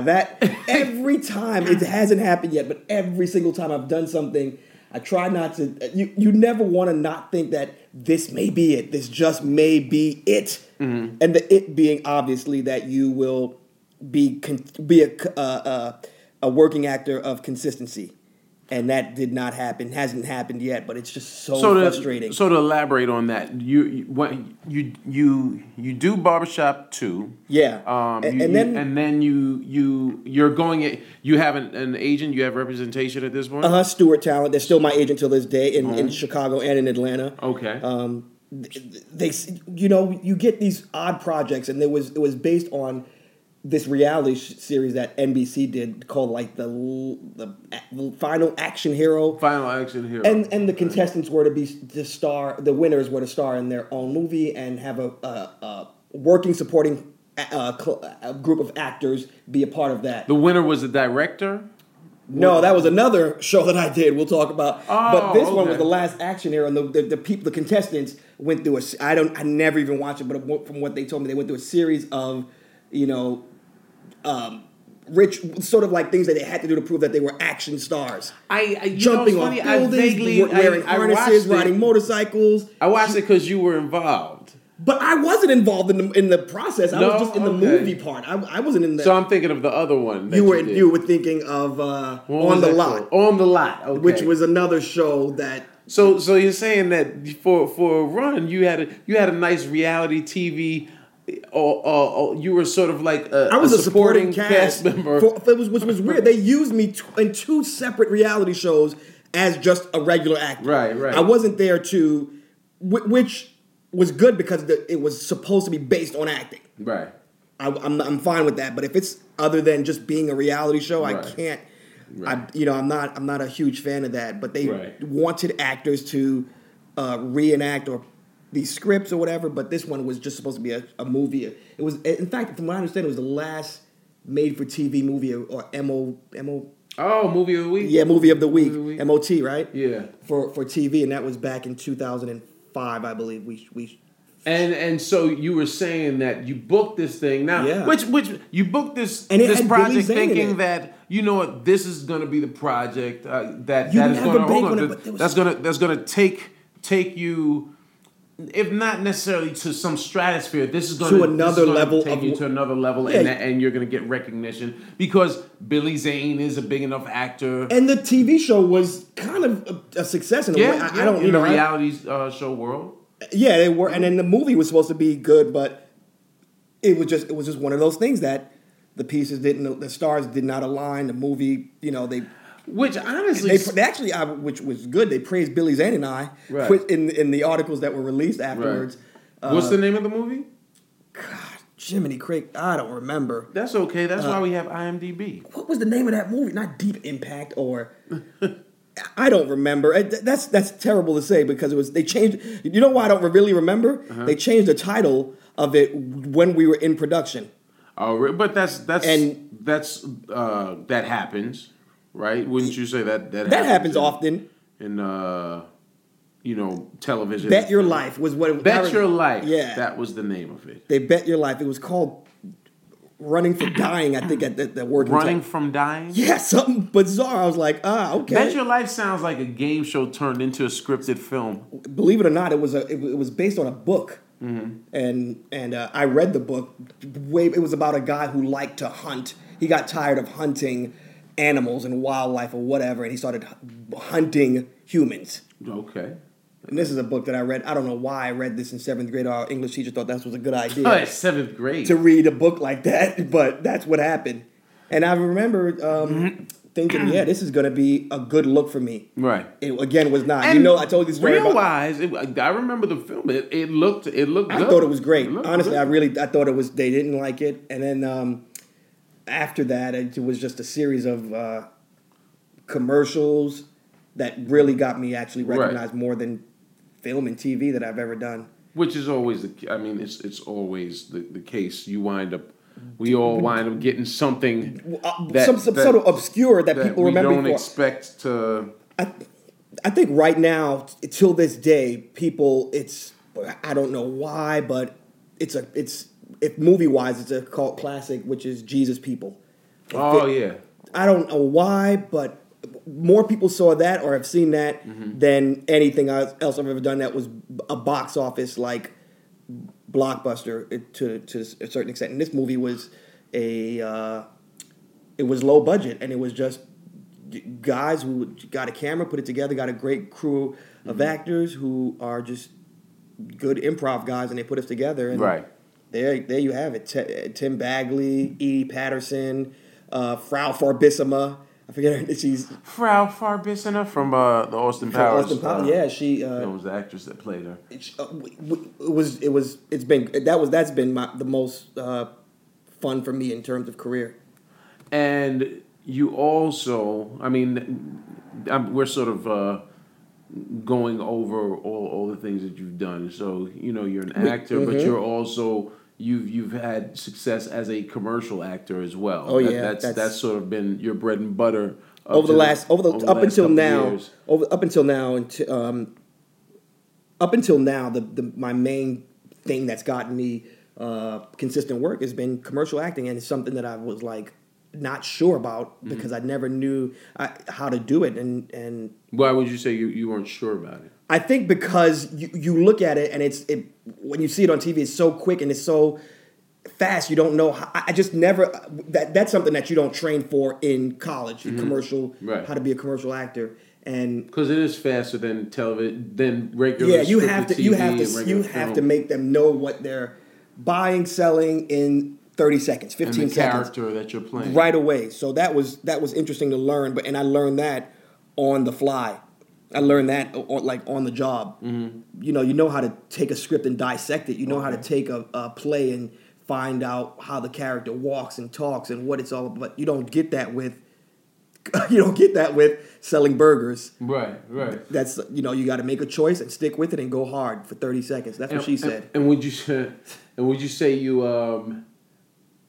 C: that every time it hasn't happened yet, but every single time I've done something. I try not to. uh, You you never want to not think that this may be it. This just may be it,
A: Mm-hmm.
C: and the it being obviously that you will be con- be a c- uh, uh, a working actor of consistency, and that did not happen. Hasn't happened yet, but it's just so,
A: so to,
C: frustrating.
A: So to elaborate on that, you you what, you you you do barbershop two.
C: yeah,
A: Um,
C: A-
A: you-
C: and,
A: you-
C: then
A: and then you you you're going it. You have an, an agent. You have representation at this point.
C: uh, Stuart Talent. They're still my agent till this day in, in Chicago and in Atlanta.
A: Mm-hmm. Okay.
C: um, th- they you know you get these odd projects and it was it was based on this reality sh- series that NBC did called like the l- the a- final action hero
A: Final action hero.
C: and and the contestants were to be the star the winners were to star in their own movie and have a, a, a working supporting uh, cl- a group of actors be a part of that.
A: The winner was the director.
C: No, that was another show that I did. We'll talk about. but
A: Oh,
C: this one was
A: okay.
C: the last action era, and the the, the people, the contestants went through a. s- I don't. I never even watched it, but from what they told me, they went through a series of, you know, um, rich sort of like things that they had to do to prove that they were action stars.
A: I, I you
C: Jumping
A: know,
C: on
A: it's funny,
C: buildings,
A: I vaguely,
C: wa- wearing
A: I, I
C: harnesses,
A: watched it.
C: riding motorcycles.
A: I watched it because you were involved.
C: But I wasn't involved in the in the process. I
A: No?
C: was just in the
A: Okay.
C: movie part. I, I wasn't in the.
A: So I'm thinking of the other one. that
C: you were you,
A: did.
C: were thinking of uh,
A: What was
C: on the
A: that
C: lot,
A: called? On the lot, okay.
C: which was another show that
A: so. So you're saying that for for a run, you had a you had a nice reality TV. Or, or, or uh, you were sort of like a,
C: I was a supporting, cast,
A: member.
C: For, for- which, which was weird. They used me t- in two separate reality shows as just a regular actor.
A: Right, right.
C: I wasn't there to, whi- which was good because the, it was supposed to be based on acting.
A: right.
C: I, I'm, I'm fine with that. But if it's other than just being a reality show,
A: Right.
C: I can't. I,
A: Right.
C: you know, I'm not. I'm not a huge fan of that. But they
A: Right.
C: wanted actors to uh, reenact or these scripts or whatever. But this one was just supposed to be a, a movie. It was, in fact, from what I understand, it was the last made-for-TV movie or mo mo
A: Oh, movie of the week.
C: yeah movie of the week,
A: Movie of the week.
C: mot right
A: Yeah.
C: for for TV and that was back in 2005 I believe we we
A: And and so you were saying that you booked this thing now,
C: Yeah.
A: which which you booked this
C: And it
A: this
C: had Billy
A: project
C: Zane in it.
A: thinking that you know what this is going to be the project uh, that
C: You
A: that is
C: never
A: going to hold
C: bank
A: on,
C: on it,
A: that-
C: but there was-
A: that's going to that's going to take take you. If not necessarily to some stratosphere, this is going
C: To another level
A: Take
C: of-
A: you to another level,
C: Yeah.
A: and, that, and you're going to get recognition because Billy Zane is a big enough actor.
C: and the TV show was kind of a, a success in a
A: yeah,
C: way. I,
A: yeah,
C: I don't
A: in
C: you know
A: the
C: I-
A: reality uh, show world.
C: Yeah, they were, and then the movie was supposed to be good, but it was just it was just one of those things that the pieces didn't, the stars did not align. The movie, you know, they
A: Which honestly,
C: they, they actually, I, which was good. They praised Billy Zane and I
A: Right.
C: which- in in the articles that were released afterwards.
A: uh, what's the name of the movie?
C: Jiminy Crick, I don't remember
A: That's okay. That's
C: Uh,
A: why we have IMDb.
C: what was the name of that movie? Not Deep Impact or. I don't remember. Uh, th- That's that's terrible to say because it was they changed. You know why I don't really remember? They changed the title of it when we were in production.
A: Oh, re- but that's that's
C: And-
A: that's uh, that happens, right? Wouldn't you say that that
C: That happens
A: in-
C: often.
A: in uh, you know television?
C: Bet your life was what. It,
A: Bet your life.
C: Yeah,
A: that was the name of it.
C: they bet your life. It was called running for dying. I think at the, the working
A: Running
C: title.
A: from dying.
C: Yeah, something bizarre. I was like, ah, okay.
A: Bet your life sounds like a game show turned into a scripted film.
C: believe it or not, it was a it, wa- it was based on a book,
A: Mm-hmm.
C: and and uh, I read the book. Way it was about a guy who liked to hunt. He got tired of hunting animals and wildlife or whatever, and he started hu- hunting humans.
A: Okay.
C: And this is a book that I read. I don't know why I read this in seventh grade. Our English teacher thought that was a good idea
A: But seventh grade.
C: to read a book like that, but that's what happened. And I remember um, thinking, yeah, this is going to be a good look for me.
A: Mm-hmm. Right.
C: It again was not. you
A: And
C: know, I told you this story
A: Real
C: about-
A: wise, it, I remember the film. It, it looked it looked.
C: I
A: good.
C: thought it was great.
A: It looked
C: Honestly,
A: good.
C: I really I thought it was they didn't like it, and then um, after that, it was just a series of uh, commercials that really got me actually
A: Right.
C: recognized more than film and TV that I've ever done.
A: Which is always the. I mean, it's it's always the, the case. You wind up, we all wind up getting something
C: Uh,
A: That-
C: some some
A: that-
C: sort of obscure that,
A: that
C: people
A: we
C: remember.
A: don't
C: Before.
A: expect to.
C: I, I think right now, t- till this day, people it's I don't know why, but it's a it's if movie wise, it's a cult classic, which is Jesus People.
A: Oh yeah,
C: I don't know why, but more people saw that or have seen that than anything else I've ever done that was a box office like blockbuster it- to to a certain extent. And this movie was a uh, it was low budget and it was just g- guys who got a camera, put it together, got a great crew
A: Mm-hmm.
C: of actors who are just good improv guys, and they put us together. And
A: Right.
C: there, there you have it. T- Tim Bagley, Edie Patterson, uh, Frau Farbissima. I forget her. She's from
A: Frau Farbissina from uh, the Austin Powers.
C: Austin Powers.
A: uh,
C: Yeah, she.
A: that
C: Uh,
A: was the actress that played her.
C: she- uh, w- w- it was. It was. It's been. That was. That's been my the most uh, fun for me in terms of career.
A: And you also, I mean, I'm, we're sort of uh,
C: mm-hmm.
A: going over all, all the things that you've done. So you know, you're an actor, but you're also you've you've had success as a commercial actor as well.
C: Oh,
A: That-
C: yeah,
A: that's, that's
C: that's-
A: sort of been your bread and butter up
C: over
A: to
C: the last over the,
A: over
C: up
A: last
C: until
A: couple
C: now
A: years.
C: over up until now and um up until now the, the my main thing that's gotten me uh consistent work has been commercial acting and it's something that I was like not sure about
A: Mm-hmm.
C: because I never knew I, how to do it and and
A: Why would you say you, you weren't sure about it?
C: I think because you, you look at it and it's it when you see it on TV, it's so quick and it's so fast. You don't know. How, I I just never that that's something that you don't train for in college. Commercial,
A: Mm-hmm. Right.
C: how to be a commercial actor, and
A: Because it is faster than television than regular.
C: yeah, you have
A: scripted
C: to you
A: TV
C: have
A: and
C: to
A: regular
C: you have to
A: film.
C: make them know what they're buying, selling in thirty seconds,
A: and
C: fifteen
A: the
C: seconds,
A: character that you're playing.
C: right away. So that was that was interesting to learn, but and I learned that on the fly. I learned that o- on, like on the job.
A: Mm-hmm.
C: You know, you know how to take a script and dissect it. You know how to take a, a play and find out how the character walks and talks and what it's all about. You don't get that with you don't get that with selling burgers.
A: Right, right.
C: That's you know you got to make a choice and stick with it and go hard for thirty seconds. That's what she said.
A: And, would you say- and would you say you um,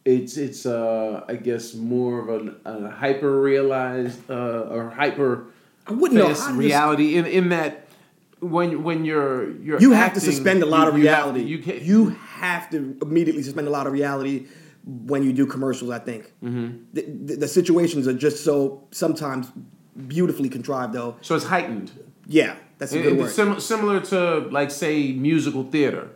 A: it's it's uh I guess more of an, a hyper realized uh or hyper
C: I wouldn't know
A: fast
C: how to des-
A: reality in in that when when you're you're
C: you have to
A: acting,
C: suspend a lot
A: you-
C: of
A: you have to-
C: reality.
A: You can't.
C: You have to immediately suspend a lot of reality when you do commercials. I think
A: Mm-hmm.
C: the, the, the situations are just so sometimes beautifully contrived, though.
A: so it's heightened.
C: Yeah, that's a
A: It-
C: good word.
A: it's sim- similar to like say musical theater.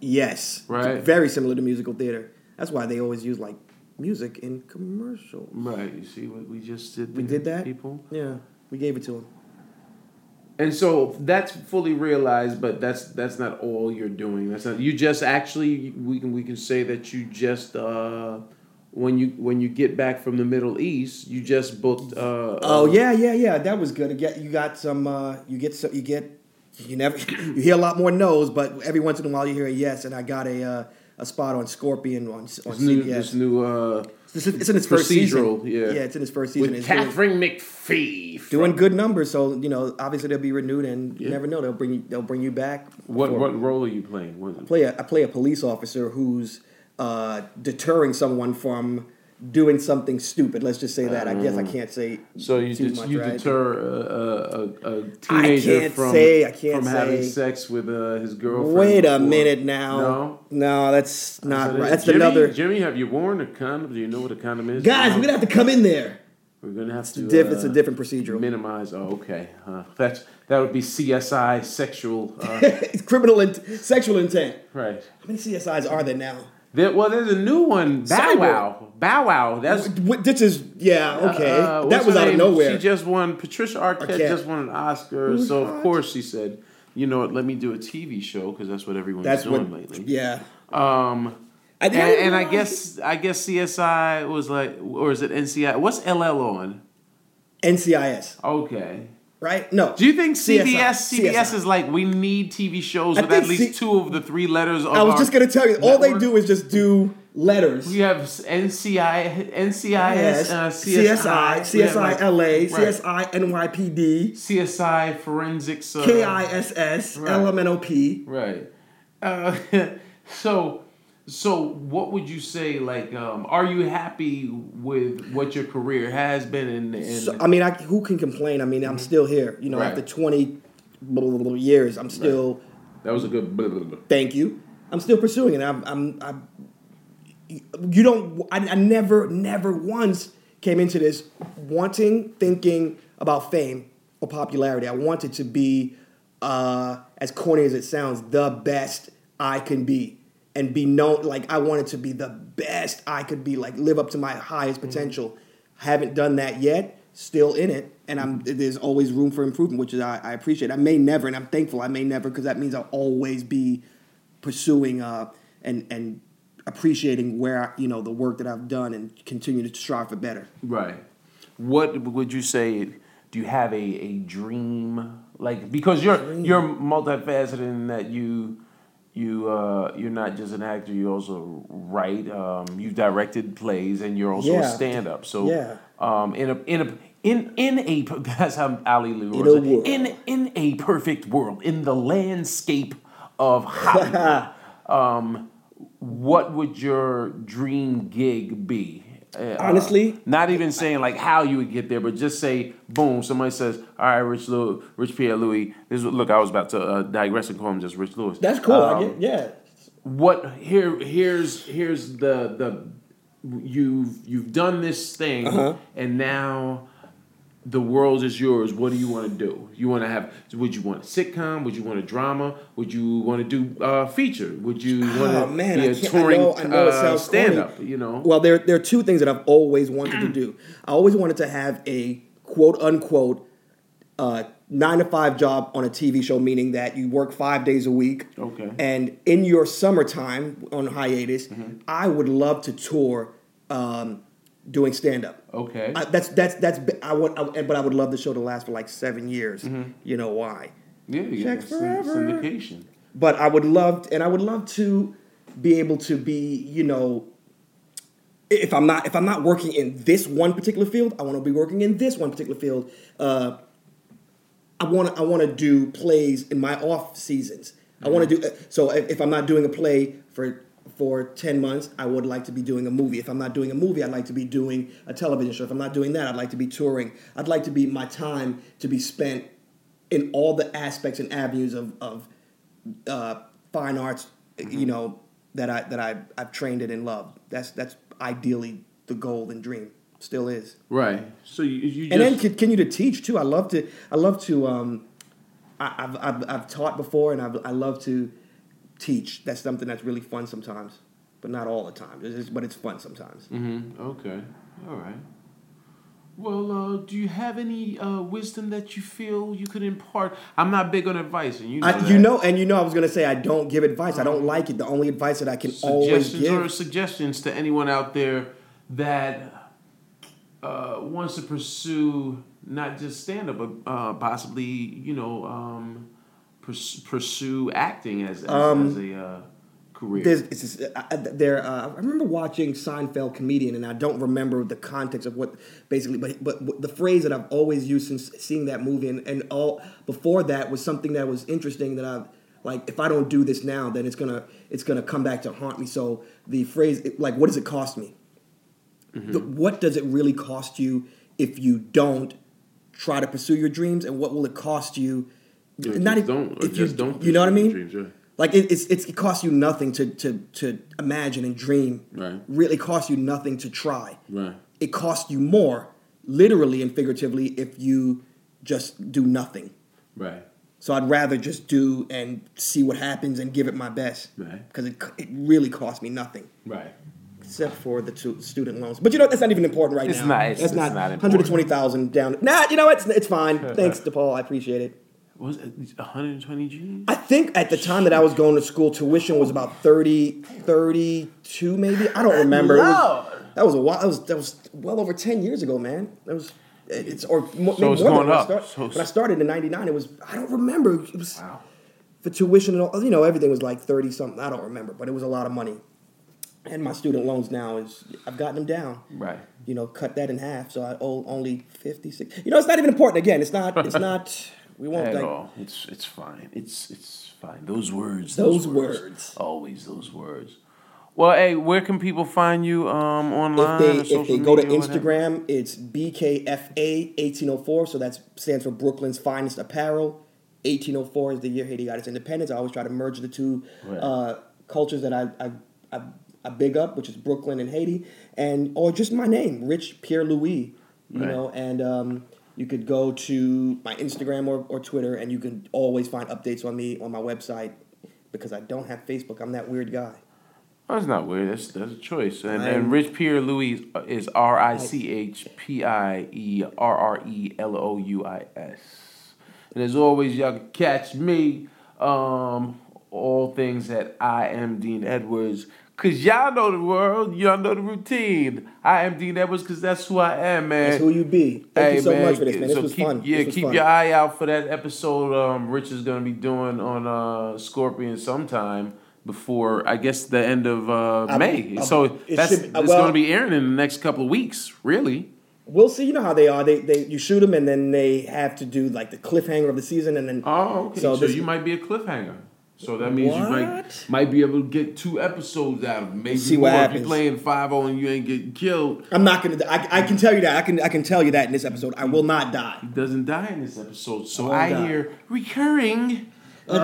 C: yes,
A: Right.
C: Very similar to musical theater. That's why they always use like music in commercials.
A: Right. You see what we just did.
C: We
A: there,
C: did that.
A: Mm-hmm. people.
C: Yeah, we gave it to them.
A: And so that's fully realized, but that's that's not all you're doing. That's not you just actually we can we can say that you just uh when you when you get back from the Middle East, you just booked uh
C: Oh
A: uh,
C: yeah, yeah, yeah. That was good. You get you got some. Uh, you get some. You get. You never. You hear a lot more no's, but every once in a while you hear a yes. And I got a uh, a spot on Scorpion on on
A: this new
C: CBS.
A: this new uh
C: This is- it's in its first season.
A: procedural, yeah.
C: yeah, it's in its first season.
A: with
C: It's doing-
A: Catherine McPhee. from-
C: doing, good numbers, so you know obviously they'll be renewed, and you never know they'll bring you, they'll bring you back.
A: what
C: for-
A: what role are you playing? What-
C: play a, I play a police officer who's uh, deterring someone from doing something stupid. Let's just say that. I guess I
A: Mm.
C: can't say
A: so you
C: too
A: det-
C: much,
A: you
C: right?
A: deter a, a, a, a teenager
C: can't
A: from
C: say, I can't
A: from having
C: say.
A: sex with uh, his girlfriend.
C: Wait a
A: before.
C: minute now.
A: No?
C: that's
A: So
C: not right.
A: then,
C: That's
A: Jimmy,
C: another.
A: Jimmy, have you worn a condom? Do you know what a condom is?
C: Guys,
A: No.
C: we're gonna have to come in there.
A: We're gonna have to.
C: a diff- it's a
A: uh,
C: different procedural.
A: Minimize. Oh, okay. Uh, that's that would be CSI sexual. Uh,
C: it's criminal and sexual intent.
A: right.
C: How many CSIs are there now?
A: There, well, there's a new one. Bow
C: Cyborg.
A: Wow. Bow Wow. That's
C: What, this is yeah okay.
A: uh, what's
C: that was
A: her
C: out of
A: name?
C: nowhere.
A: She just won. Patricia Arquette
C: Arquette.
A: just won an Oscar,
C: Who's
A: so
C: hot?
A: of course she said, "You know what? Let me do a TV show because that's what everyone's
C: that's
A: doing
C: what
A: lately."
C: yeah.
A: Um.
C: I
A: And,
C: think I
A: and I
C: realized-
A: guess I guess CSI was like, or is it NCI? What's LL on?
C: NCIS
A: Okay.
C: right? No.
A: Do you think CBS
C: CSI.
A: CBS is like we need TV shows
C: I
A: with
C: think
A: at least
C: C-
A: two of the three letters? Of
C: I was
A: our
C: just gonna tell you. All they
A: network?
C: do is just do letters.
A: we have NCI NCIS
C: Yes.
A: uh,
C: CSI,
A: CSI We have,
C: CSI,
A: like,
C: LA,
A: right.
C: CSI, NYPD,
A: CSI forensics uh,
C: KISS,
A: right.
C: LMNOP.
A: right. Uh, so so what would you say like um, are you happy with what your career has been and, and Mm-hmm.
C: So, uh, I mean, I, who can complain? I mean, I'm still here. You know,
A: Right.
C: after 20 blah, blah, blah, years, I'm still.
A: that was a good blah, blah, blah.
C: Thank you. I'm still pursuing it. I'm. I'm. I'm you don't. I, I never, never once came into this wanting, thinking about fame or popularity. I wanted to be, uh, as corny as it sounds, the best I can be, and be known. Like I wanted to be the best I could be. Like live up to my highest potential. Haven't done that yet. Still in it, and I'm. There's always room for improvement, which is I, I appreciate. I may never, and I'm thankful. I may never, because that means I'll always be pursuing uh, and and appreciating where I, you know the work that I've done and continue to strive for better.
A: Right. What would you say? Do you have a, a dream? Like because you're you're multifaceted in that you you uh, you're not just an actor. You also write. Um, you've directed plays and you're also a
C: Yeah.
A: stand up. So
C: Yeah.
A: um, in a in a in in a per- that's how Ali Leroy
C: In
A: said,
C: a world.
A: in in a perfect world in the landscape of Hollywood. um, what would your dream gig be? Uh,
C: Honestly?
A: not even saying like how you would get there, but just say boom. Somebody says, "All right, Rich Lou, Rich Pierre Louis." This is, look, I was about to uh, digress and call him just Rich Lewis.
C: That's cool. I
A: Um,
C: get, yeah.
A: what here here's here's the the you've you've done this thing
C: Uh-huh.
A: and now the world is yours what do you want to do you want to have would you want a sitcom would you want a drama would you want to do uh feature would you want to
C: Oh, man,
A: be
C: I
A: a
C: can't- I
A: touring
C: know- I know it
A: uh,
C: sounds
A: stand-up
C: corny.
A: you know
C: Well, there there are two things that I've always wanted to do. I always wanted to have a quote unquote uh, nine to five job on a TV show, meaning that you work five days a week.
A: Okay.
C: And in your summertime on hiatus,
A: Mm-hmm.
C: I would love to tour um, doing stand up.
A: Okay.
C: I, that's that's that's be- I want, I, but I would love the show to last for like seven years. You know why?
A: yeah, yeah
C: Checks
A: syn-
C: forever.
A: syndication
C: but I would love and I would love to be able to be, you know, if I'm not if I'm not working in this one particular field, I want to be working in this one particular field. Uh, I want to I want to do plays in my off seasons. I want to do uh, so if, if I'm not doing a play for for 10 months, I would like to be doing a movie. If I'm not doing a movie, I'd like to be doing a television show. If I'm not doing that, I'd like to be touring. I'd like to be my time to be spent in all the aspects and avenues of, of uh, fine arts, you know, that I that I I've trained in and loved. That's that's ideally the goal and dream. Still is.
A: right so you, you just
C: And then continue to teach too. I love to. I love to. Um, I, I've, I've I've taught before, and I've, I love to teach. That's something that's really fun sometimes, but not all the time. It's just- but it's fun sometimes.
A: Mm, okay. All right. Well, uh, do you have any uh, wisdom that you feel you could impart? I'm not big on advice, and you know
C: I,
A: that.
C: you know, and you know, I was gonna say I don't give advice. I don't like it. The only advice that I can always
A: suggestions or
C: give.
A: suggestions to anyone out there that uh, wants to pursue not just stand up, but uh, possibly you know um, purs- pursue acting as as, as a uh, career.
C: Um, There's, it's just, I, I- there. Uh, I remember watching Seinfeld comedian, and I don't remember the context of what basically, but but the phrase that I've always used since seeing that movie, and, and all before that was something that was interesting that I've like. If I don't do this now, then it's gonna it's gonna come back to haunt me. So the phrase, it- like, what does it cost me?
A: Mm-hmm.
C: The, what does it really cost you if you don't try to pursue your dreams, and what will it cost you?
A: Or
C: not
A: just
C: if,
A: don't- or
C: if you
A: just don't
C: you know what I
A: pursue
C: mean.
A: your dreams, yeah.
C: Like it, it's, it's it costs you nothing to to to imagine and dream.
A: Right.
C: Really it costs you nothing to try.
A: Right.
C: It costs you more, literally and figuratively, if you just do nothing.
A: right.
C: So I'd rather just do and see what happens and give it my best.
A: Right.
C: Because it c- it really costs me nothing.
A: Right.
C: Except for the two student loans, but you know that's not even important right
A: It's
C: now.
A: not- it's-
C: that's
A: it's
C: not.
A: not important.
C: One hundred twenty thousand down. Nah, you know what? It's, it's fine. Thanks, DePaul. I appreciate it.
A: Was it 120 G's?
C: I think at the time that I was going to school, tuition was about 30, 32 maybe. I don't remember. It was- that was a while. That was that was well over ten years ago, man. That was it's or mo- maybe
A: it's
C: more
A: going
C: than when I
A: up.
C: start-
A: So it's-
C: when I started in '99, it was I don't remember. It was
A: Wow.
C: for tuition and all. You know, everything was like thirty something. I don't remember, but it was a lot of money. And my student loans now is I've gotten them down.
A: Right.
C: You know, cut that in half, so I owe only fifty six. You know, it's not even important. Again, it's not. It's not. We won't
A: at
C: like
A: all. It's it's fine. It's it's fine. Those words.
C: Those words.
A: Always those words. Well, hey, where can people find you um,
C: If
A: online?
C: they
A: or social
C: if they go to
A: media or whatever?
C: Instagram, it's BKFA eighteen oh four. So that stands for Brooklyn's Finest Apparel. Eighteen oh four is the year Haiti got its independence. I always try to merge the two
A: Right.
C: uh, cultures that I I, I I big up, which is Brooklyn and Haiti, and or just my name, Rich Pierre Louis. You
A: Right.
C: know, and um, you could go to my Instagram or, or Twitter, and you can always find updates on me on my website because I don't have Facebook. I'm that weird guy.
A: Oh, that's not weird. That's that's a choice. And,
C: I'm-
A: and Rich Pierre Louis is R I C H P I E R R E L O U I S. And as always, y'all can catch me. Um, all things at I am Dean Edwards. Cause y'all know the world, y'all know the routine. I am Dean Edwards, cause that's who I am, man.
C: That's who you be. Thank you so
A: man,
C: much for this, man. This
A: so
C: was
A: keep,
C: fun.
A: Yeah,
C: This was
A: keep
C: fun.
A: your eye out for that episode. Um, Rich is gonna be doing on uh, Scorpion sometime before I guess the end of uh, May.
C: I-
A: so
C: it
A: that's
C: should be-
A: it's
C: uh, well-
A: gonna be airing in the next couple of weeks, really.
C: We'll see. You know how they are. They they you shoot them and then they have to do like the cliffhanger of the season and then.
A: Oh, okay. So,
C: So this-
A: you might be a cliffhanger. So that means you might,
C: What?
A: might be able to get two episodes out of it. Maybe
C: See
A: more
C: what
A: if you're
C: happens.
A: playing 5 0 and you ain't getting killed.
C: I'm not gonna. die. I, I can tell you that. I can. I can tell you that in this episode. I will not die.
A: Doesn't die in this episode. So
C: won't
A: I
C: die.
A: hear recurring.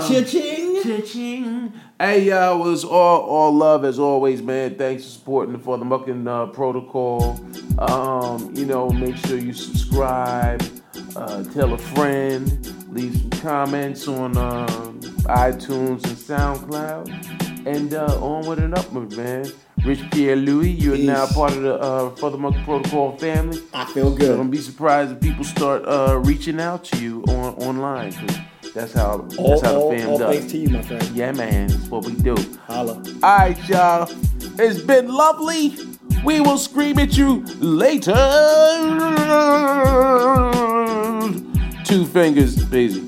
C: Cha-ching.
A: Cha-ching. Hey y'all, well, it's all all love as always, man. Thanks for supporting for the Mucking uh, Protocol. Um, you know, make sure you subscribe, uh, tell a friend, leave some comments on um, iTunes and SoundCloud, and uh, onward and upward, man. Rich Pierre Louis, you're now
C: Peace.
A: part of the uh, For the Monkey Protocol family.
C: I feel
A: You're gonna
C: good.
A: be surprised if people start uh, reaching out to you on online. 'cause That's how that's
C: All,
A: how the
C: all,
A: fam
C: all
A: does.
C: thanks to you, my friend.
A: Yeah, man, it's what we do.
C: Holla.
A: Alright, y'all. It's been lovely. We will scream at you later. Two fingers, busy.